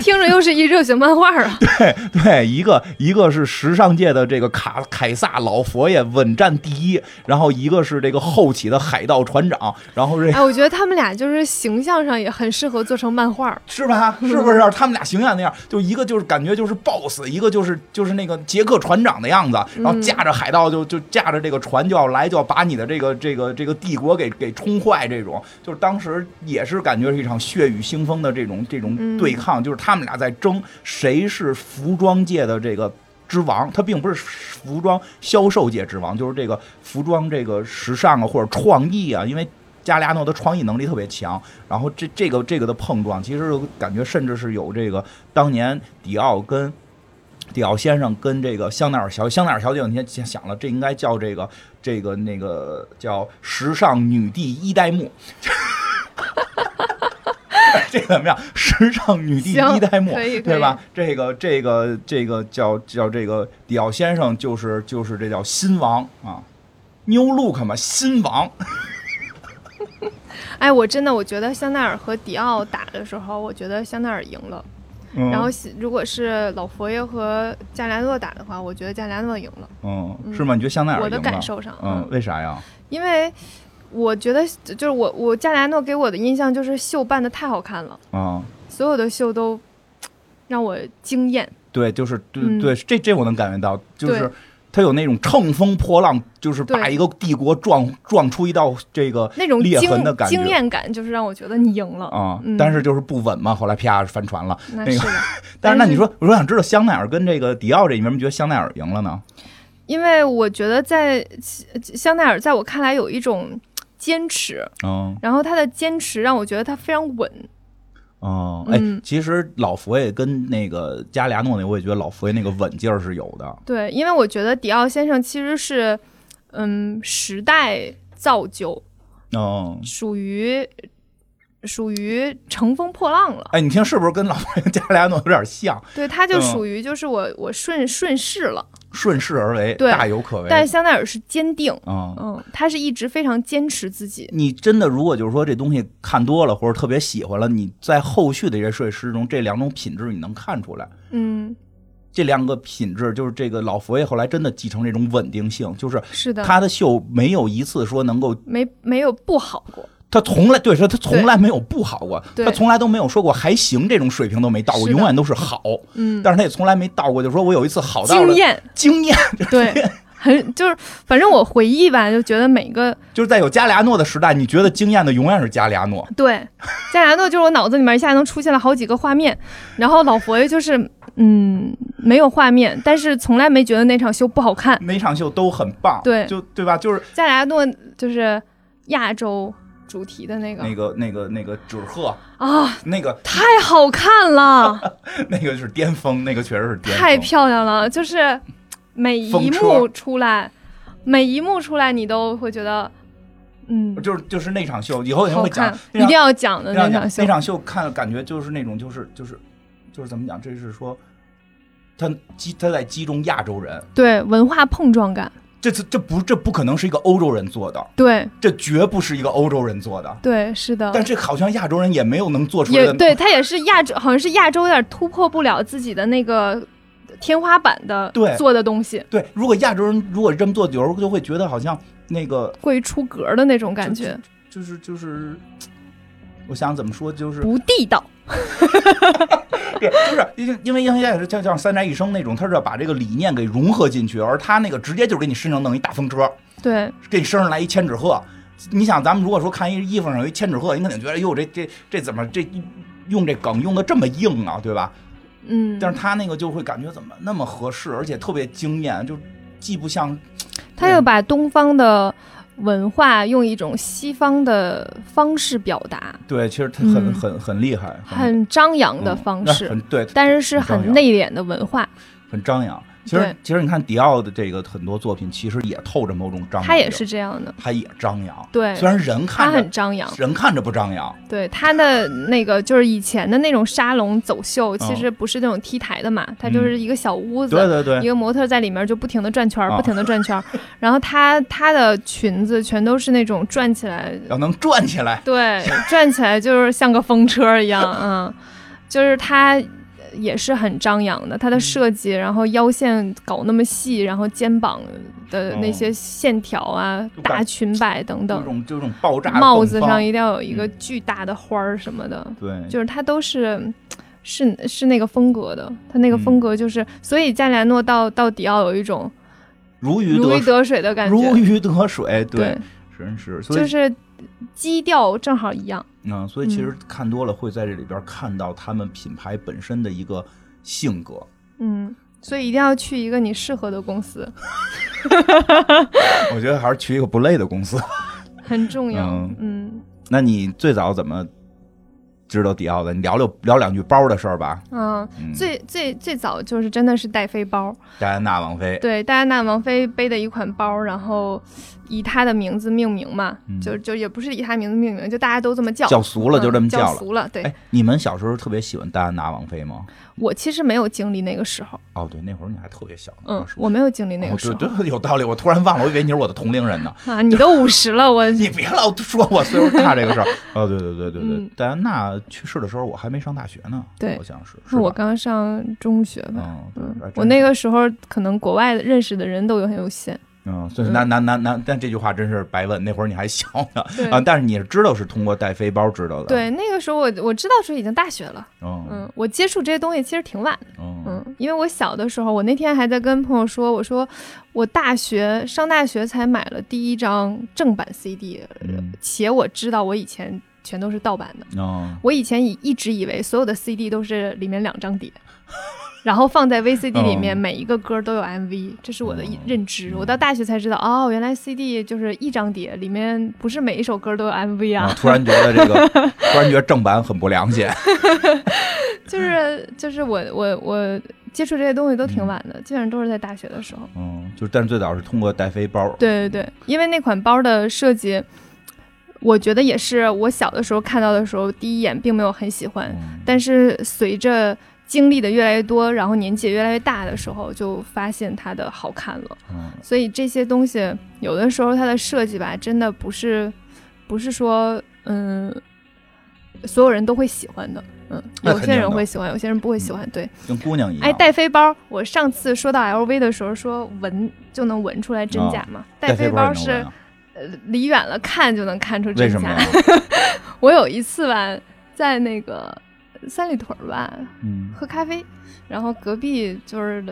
A: 听着又是一热血漫画啊。
B: 对，一个一个是时尚界的这个卡凯撒老佛爷稳占第一，然后一个是这个后起的海盗船长，然后这
A: 哎，我觉得他们俩就是形象上也很适合做成漫画。
B: 是吧？是不是？他们俩形象那样，就一个就是感觉就是 boss，一个就是就是那个杰克船长的样子，然后驾着海盗就就驾着这个船就要来，就要把你的这个这个这个帝国给给冲坏，这种就是当时也是感觉是一场血雨腥风的这种这种
A: 嗯
B: 对抗，就是他们俩在争谁是服装界的这个。之王，他并不是服装销售界之王，就是这个服装这个时尚啊或者创意啊，因为加利亚诺的创意能力特别强，然后这这个这个的碰撞，其实感觉甚至是有这个当年迪奥跟迪奥先生跟这个香奈儿小香奈儿小姐，你先想了，这应该叫这个这个那个叫时尚女帝一代目。 这个怎么样？时尚女帝
A: 行
B: 一代目
A: 可以，可以
B: 对吧？这个这个这个叫叫这个迪奥先生，就是就是这叫新王啊，New Look 嘛，新王。
A: 哎，我真的我觉得香奈儿和迪奥打的时候，我觉得香奈儿赢了。
B: 嗯
A: 然后喜如果是老佛爷和加利亚诺打的话，我觉得加利亚诺赢了。
B: 嗯，是吗？你觉得香奈儿
A: 我的
B: 赢了
A: 感受上啊
B: 嗯，为啥呀？
A: 因为我觉得就是我我加利亚诺给我的印象就是秀办的太好看了，
B: 嗯，
A: 所有的秀都让我惊艳。
B: 对，就是对
A: 嗯
B: 对，这这我能感觉到，就
A: 对
B: 是他有那种乘风破浪，就是
A: 对
B: 把一个帝国撞撞出一道这个
A: 那种
B: 裂
A: 惊
B: 痕的感觉
A: 惊艳感，就是让我觉得你赢了
B: 啊、
A: 嗯
B: 但是就是不稳嘛，后来啪翻船了。
A: 那
B: 那
A: 是
B: 个
A: 的，
B: 但是那
A: 但是
B: 你说，我说想知道香奈儿跟这个迪奥这，你为什么觉得香奈儿赢了呢？
A: 因为我觉得在香奈儿在我看来有一种坚持，
B: 嗯
A: 然后他的坚持让我觉得他非常稳。
B: 嗯，哎，
A: 嗯
B: 其实老佛爷跟那个加利亚诺那，我也觉得老佛爷那个稳劲儿是有的。
A: 对，因为我觉得迪奥先生其实是，嗯，时代造就，
B: 嗯，
A: 属于属于乘风破浪了。
B: 哎，你听是不是跟老佛爷加利亚诺有点像？
A: 对，他就
B: 嗯
A: 属于就是我我顺顺势了，
B: 顺势而为，
A: 对
B: 大有可为。
A: 但是香奈儿是坚定，
B: 嗯，
A: 嗯，他是一直非常坚持自己。
B: 你真的如果就是说这东西看多了或者特别喜欢了，你在后续的这些设计师中，这两种品质你能看出来。
A: 嗯，
B: 这两个品质就是这个老佛爷后来真的继承这种稳定性，就是
A: 是的，
B: 他的秀没有一次说能够，
A: 没没有不好过。
B: 他从来对说他从来没有不好过，
A: 对
B: 他从来都没有说过还行这种水平都没到过，
A: 是的
B: 永远都是好，
A: 嗯，
B: 但是他也从来没到过，就说我有一次好到了
A: 经验
B: 经验，
A: 对，很就是反正我回忆吧，就觉得每个
B: 就是在有加利亚诺的时代，你觉得惊艳的永远是加利亚诺，
A: 对，加拿诺就是我脑子里面一下能出现了好几个画面，然后老佛爷就是嗯没有画面，但是从来没觉得那场秀不好看。
B: 每场秀都很棒，
A: 对
B: 就对吧？就是
A: 加拿诺就是亚洲主题的那个
B: 那个那个那个纸鹤，
A: 啊，
B: 那个
A: 太好看了，
B: 那个是巅峰，那个确实是巅峰，
A: 太漂亮了，就是每一
B: 风车
A: 幕出来，每一幕出来你都会觉得嗯
B: 就是就是那场秀，以后有人
A: 好
B: 会讲
A: 看，，
B: 那
A: 一
B: 场
A: 定要讲的
B: 那
A: 场
B: 场
A: 秀
B: 那。场秀看感觉就是那种就是就是就是怎么讲？这是说他击他在击中亚洲人，
A: 对文化碰撞感，
B: 这次这不这不可能是一个欧洲人做的，
A: 对
B: 这绝不是一个欧洲人做的。
A: 对是的，
B: 但这好像亚洲人也没有能做出来
A: 啊也
B: 的，
A: 对他也是亚洲，好像是亚洲有点突破不了自己的那个天花板的
B: 对
A: 做的东西，
B: 对如果亚洲人如果这么做，有时候就会觉得好像那个
A: 过于出格的那种感
B: 就
A: 觉，
B: 就是就是，我想怎么说就是
A: 不地道。
B: 对，就是因为因为因为现在是像像三宅一生那种，他是要把这个理念给融合进去，而他那个直接就给你身上弄一大风车，
A: 对
B: 给你身上来一千纸鹤。你想，咱们如果说看一衣服上有一千纸鹤，你肯定觉得哎哟，这这这怎么这用这梗用的这么硬啊，对吧？
A: 嗯，
B: 但是他那个就会感觉怎么那么合适，而且特别惊艳，就既不像
A: 他又把东方的文化用一种西方的方式表达，
B: 对，其实他
A: 很嗯
B: 很很厉害，
A: 很张扬的方式，
B: 嗯很对，
A: 但是是很内敛的文化，
B: 很张扬。其
A: 实对
B: 实其实你看迪奥的这个很多作品，其实也透着某种张扬，
A: 他也是这样的。
B: 他也张扬。
A: 对，
B: 虽然人
A: 他
B: 看
A: 很
B: 着
A: 张扬。
B: 人看着不张扬，
A: 对他的那个就是以前的那种沙龙走秀，其
B: 嗯
A: 实不是那种 T 台的嘛，它就
B: 嗯
A: 是一个小屋子，
B: 对
A: 一
B: 对，
A: 个模特在里面就不停的转圈儿，
B: 啊
A: 不停的转圈儿，然后她她的裙子全都是那种转起来，
B: 要能转起来，
A: 对，转起来就是像个风车一样，嗯，就是她也是很张扬的，
B: 嗯
A: 她的设计，然后腰线搞那么细，然后肩膀的那些线条啊，
B: 哦就感
A: 大裙摆等
B: 这
A: 等，
B: 种这种爆炸的
A: 帽子
B: 东方
A: 上一定要有一个
B: 嗯
A: 巨大的花儿什么的，
B: 对，
A: 就是他都是是是那个风格的，他那个
B: 嗯
A: 风格就是，所以加里亚诺到到迪奥有一种
B: 如鱼
A: 如鱼
B: 得
A: 得水的感
B: 如
A: 觉，
B: 鱼得水，
A: 对，，
B: 真是，所
A: 就
B: 以
A: 是基调正好一样，
B: 嗯，所以其实看多了会在这里边看到他们品牌本身的一个性格，
A: 嗯，所以一定要去一个你适合的公司，
B: 我觉得还是去一个不累的公司。
A: 很重要，
B: 嗯
A: 嗯
B: 那你最早怎么知道迪奥的？你聊聊聊两句包的事儿吧。
A: 啊
B: 嗯，
A: 最最最早就是真的是戴妃包，
B: 戴安娜王妃，
A: 对，戴安娜王妃背的一款包，然后以她的名字命名嘛，
B: 嗯
A: 就就也不是以她名字命名，就大家都这么叫，
B: 叫俗了就这么
A: 嗯叫
B: 了。
A: 俗了，对
B: 哎，你们小时候特别喜欢戴安娜王妃吗？
A: 我其实没有经历那个时候，
B: 哦，对，那会儿你还特别小呢。
A: 嗯
B: 当，时
A: 我没有经历那
B: 哦
A: 个时候、
B: 对对，有道理。我突然忘了，我以为你是我的同龄人呢。
A: 啊，你都五十了，我
B: 你别老说我岁数大这 个事儿。哦，对对对对对
A: 嗯，
B: 戴安娜去世的时候，我还没上大学呢。
A: 对
B: 好像是。是
A: 那我
B: 吧
A: 刚上中学吧，
B: 嗯，对
A: 嗯
B: 还，
A: 我
B: 真
A: 那
B: 是
A: 个时候可能国外认识的人都有很有限，
B: 嗯，所以
A: 嗯
B: 那那那那，但这句话真是白问。那会儿你还小呢
A: 对、
B: 啊，但是你是知道是通过戴妃包知道的。，
A: 对，那个时候我我知道是已经大学了，
B: 嗯
A: 嗯，我接触这些东西其实挺晚的，
B: 嗯
A: 嗯，因为我小的时候，我那天还在跟朋友说，我说我大学上大学才买了第一张正版 CD，
B: 嗯
A: 且我知道我以前全都是盗版的。
B: 哦，
A: 我以前以一直以为所有的 CD 都是里面两张碟， 然后放在 VCD 里面，
B: 嗯
A: 每一个歌都有 MV，这是我的一
B: 嗯
A: 认知。
B: 嗯
A: 我到大学才知道，哦，原来 CD 就是一张碟，里面不是每一首歌都有 MV
B: 啊
A: 啊，
B: 突然觉得这个，突然觉得正版很不良心。
A: 就是就是我我我接触这些东西都挺晚的，基本上都是在大学的时候。
B: 嗯，就是，但是最早是通过戴飞包，
A: 对对对，因为那款包的设计。我觉得也是，我小的时候看到的时候，第一眼并没有很喜欢，
B: 嗯，
A: 但是随着经历的越来越多，然后年纪也越来越大的时候，就发现它的好看了。
B: 嗯
A: 所以这些东西有的时候它的设计吧，真的不是不是说嗯所有人都会喜欢的。嗯，
B: 那
A: 有
B: 肯
A: 些
B: 定
A: 人
B: 的
A: 会喜欢，有些人不会喜欢。对，
B: 跟姑娘一样。
A: 哎，戴飞包，我上次说到 LV 的时候说闻就能闻出来真假嘛，戴
B: 戴
A: 飞
B: 包
A: 包
B: 也能闻
A: 是
B: 啊
A: 呃离远了看就能看出
B: 为
A: 真
B: 什么
A: 假
B: 呀。？
A: 我有一次吧，在那个三里屯儿吧，
B: 嗯，
A: 喝咖啡，然后隔壁就是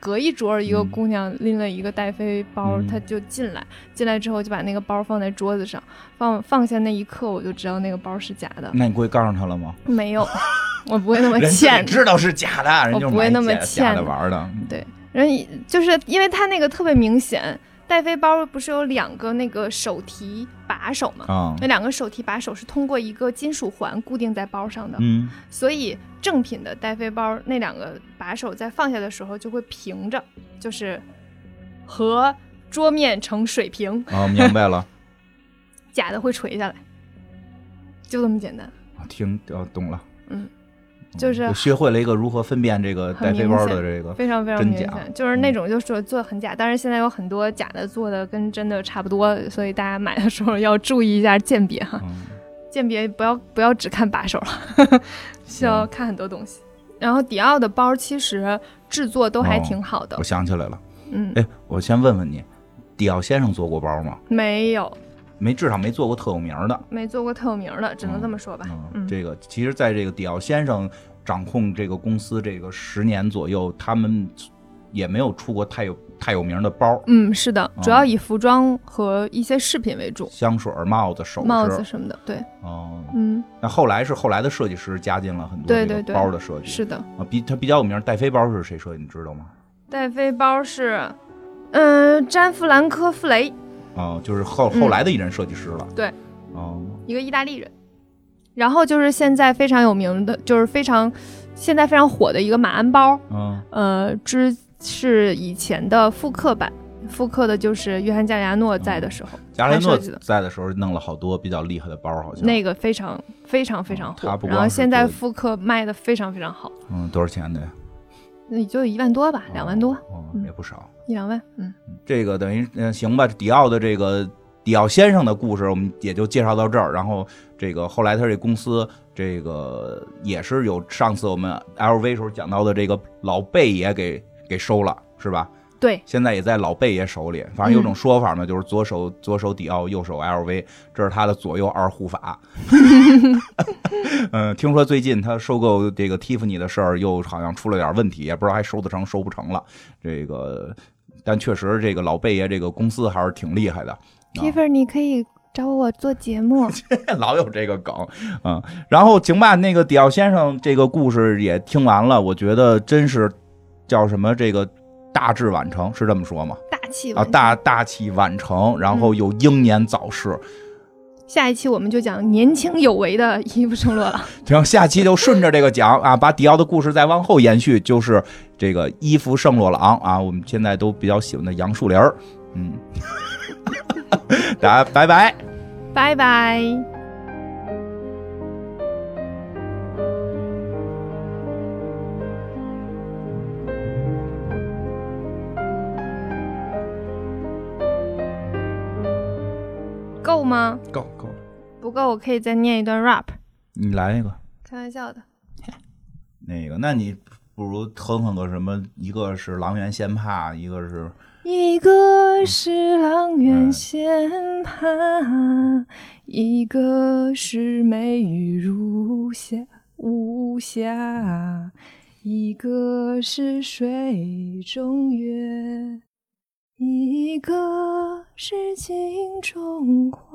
A: 隔一桌儿一个
B: 嗯
A: 姑娘拎了一个戴飞包，
B: 嗯
A: 她就进来，进来之后就把那个包放在桌子上，放放下那一刻我就知道那个包是假的，
B: 那你过去告诉他了吗？
A: 没有， 我不会那么
B: 嗯人家
A: 欠
B: 也。知道是假的，人就
A: 我不会
B: 买
A: 那么
B: 假
A: 欠
B: 假的
A: 的
B: 玩儿的。
A: 人一就是因为她那个特别明显，戴飞包不是有两个那个手提把手吗？
B: 啊，
A: 那两个手提把手是通过一个金属环固定在包上的，
B: 嗯，
A: 所以正品的戴飞包那两个把手在放下的时候就会平着，就是和桌面成水平，
B: 哦，明白了，
A: 假的会垂下来，就这么简单。
B: 啊听哦懂了，
A: 嗯，
B: 嗯
A: 就是
B: 我学会了一个如何分辨这个戴
A: 很
B: 飞
A: 明
B: 包的
A: 显
B: 这个。
A: 非常非常
B: 真
A: 明
B: 假
A: 显，就是那种就是做的很假，但是现在有很多假的做的跟真的差不多，所以大家买的时候要注意一下鉴别哈，
B: 嗯，
A: 鉴别不要不要只看把手了， 需要看很多东西。然后迪奥的包其实制作都还
B: 哦
A: 挺好的，
B: 我想起来了，
A: 嗯，
B: 哎，我先问问你，迪奥先生做过包吗？
A: 没有，
B: 没，至少没做过特有名儿的。
A: 没做过特有名儿的，只能这么说吧。
B: 嗯，
A: 嗯
B: 这个其实，在这个迪奥先生掌控这个公司这个十年左右，他们也没有出过太有太有名的包，
A: 嗯，是的，
B: 哦
A: 主要以服装和一些饰品为主，
B: 香水儿、帽子、首饰。
A: 帽子什么的。对，
B: 哦，
A: 嗯，
B: 那后来是后来的设计师加进了很多
A: 对
B: 这
A: 对
B: 个
A: 对
B: 包的设计。
A: 是的。
B: 啊，比他比较有名，戴飞包是谁设计？你知道吗？
A: 戴飞包是，嗯、詹弗兰科·弗雷，
B: 哦，就是后
A: 嗯
B: 后来的一任设计师了。
A: 对。
B: 哦，
A: 一个意大利人。然后就是现在非常有名的，就是非常现在非常火的一个马鞍包，
B: 嗯，
A: 呃，之是以前的复刻版，复刻的就是约翰·加里亚诺在的时候，
B: 加雷
A: 他
B: 诺
A: 设计的
B: 在的时候弄了好多比较厉害的包，嗯好像
A: 那个非常非常非常
B: 哦他
A: 火
B: 不。光
A: 然后
B: 是
A: 现在
B: 做
A: 复刻卖的非常非常好，
B: 嗯多少钱的呀？
A: 那也就一万多吧，两万多，
B: 哦，
A: 嗯
B: 也不少。
A: 一两万，嗯。
B: 这个等于嗯行吧，迪奥的这个迪奥先生的故事，我们也就介绍到这儿。然后这个后来他这公司这个也是有上次我们 LV 时候讲到的这个老贝爷给给收了，是吧？
A: 对，
B: 现在也在老贝爷手里。反正有种说法呢，就是左手左手迪奥，右手 LV，这是他的左右二护法。嗯，听说最近他收购这个蒂芙尼的事儿又好像出了点问题，也不知道还收得成收不成了。这个，但确实这个老贝爷这个公司还是挺厉害的。
A: Tiff，你可以找我做节目。
B: 老有这个梗，嗯，然后行吧，那个迪奥先生这个故事也听完了，我觉得真是叫什么这个大致晚成，是这么说吗？
A: 大气
B: 啊，
A: 晚上
B: 大大器晚成，然后又英年早逝，
A: 下一期我们就讲年轻有为的伊夫圣罗朗。
B: 然后下期就顺着这个讲啊，把迪奥的故事再往后延续，就是这个伊芙圣洛朗啊，我们现在都比较喜欢的杨树林儿，嗯， 大家拜拜。
A: 拜拜。够吗？
B: 够够了，
A: 不够，我可以再念一段 rap。
B: 你来一个。
A: 开玩笑的，
B: 那个，那你不如哼哼个什么？一个是《狼源仙帕》，一个是
A: 一个是阆苑仙葩，一个是美玉如霞无瑕，一个是水中月，一个是镜中花，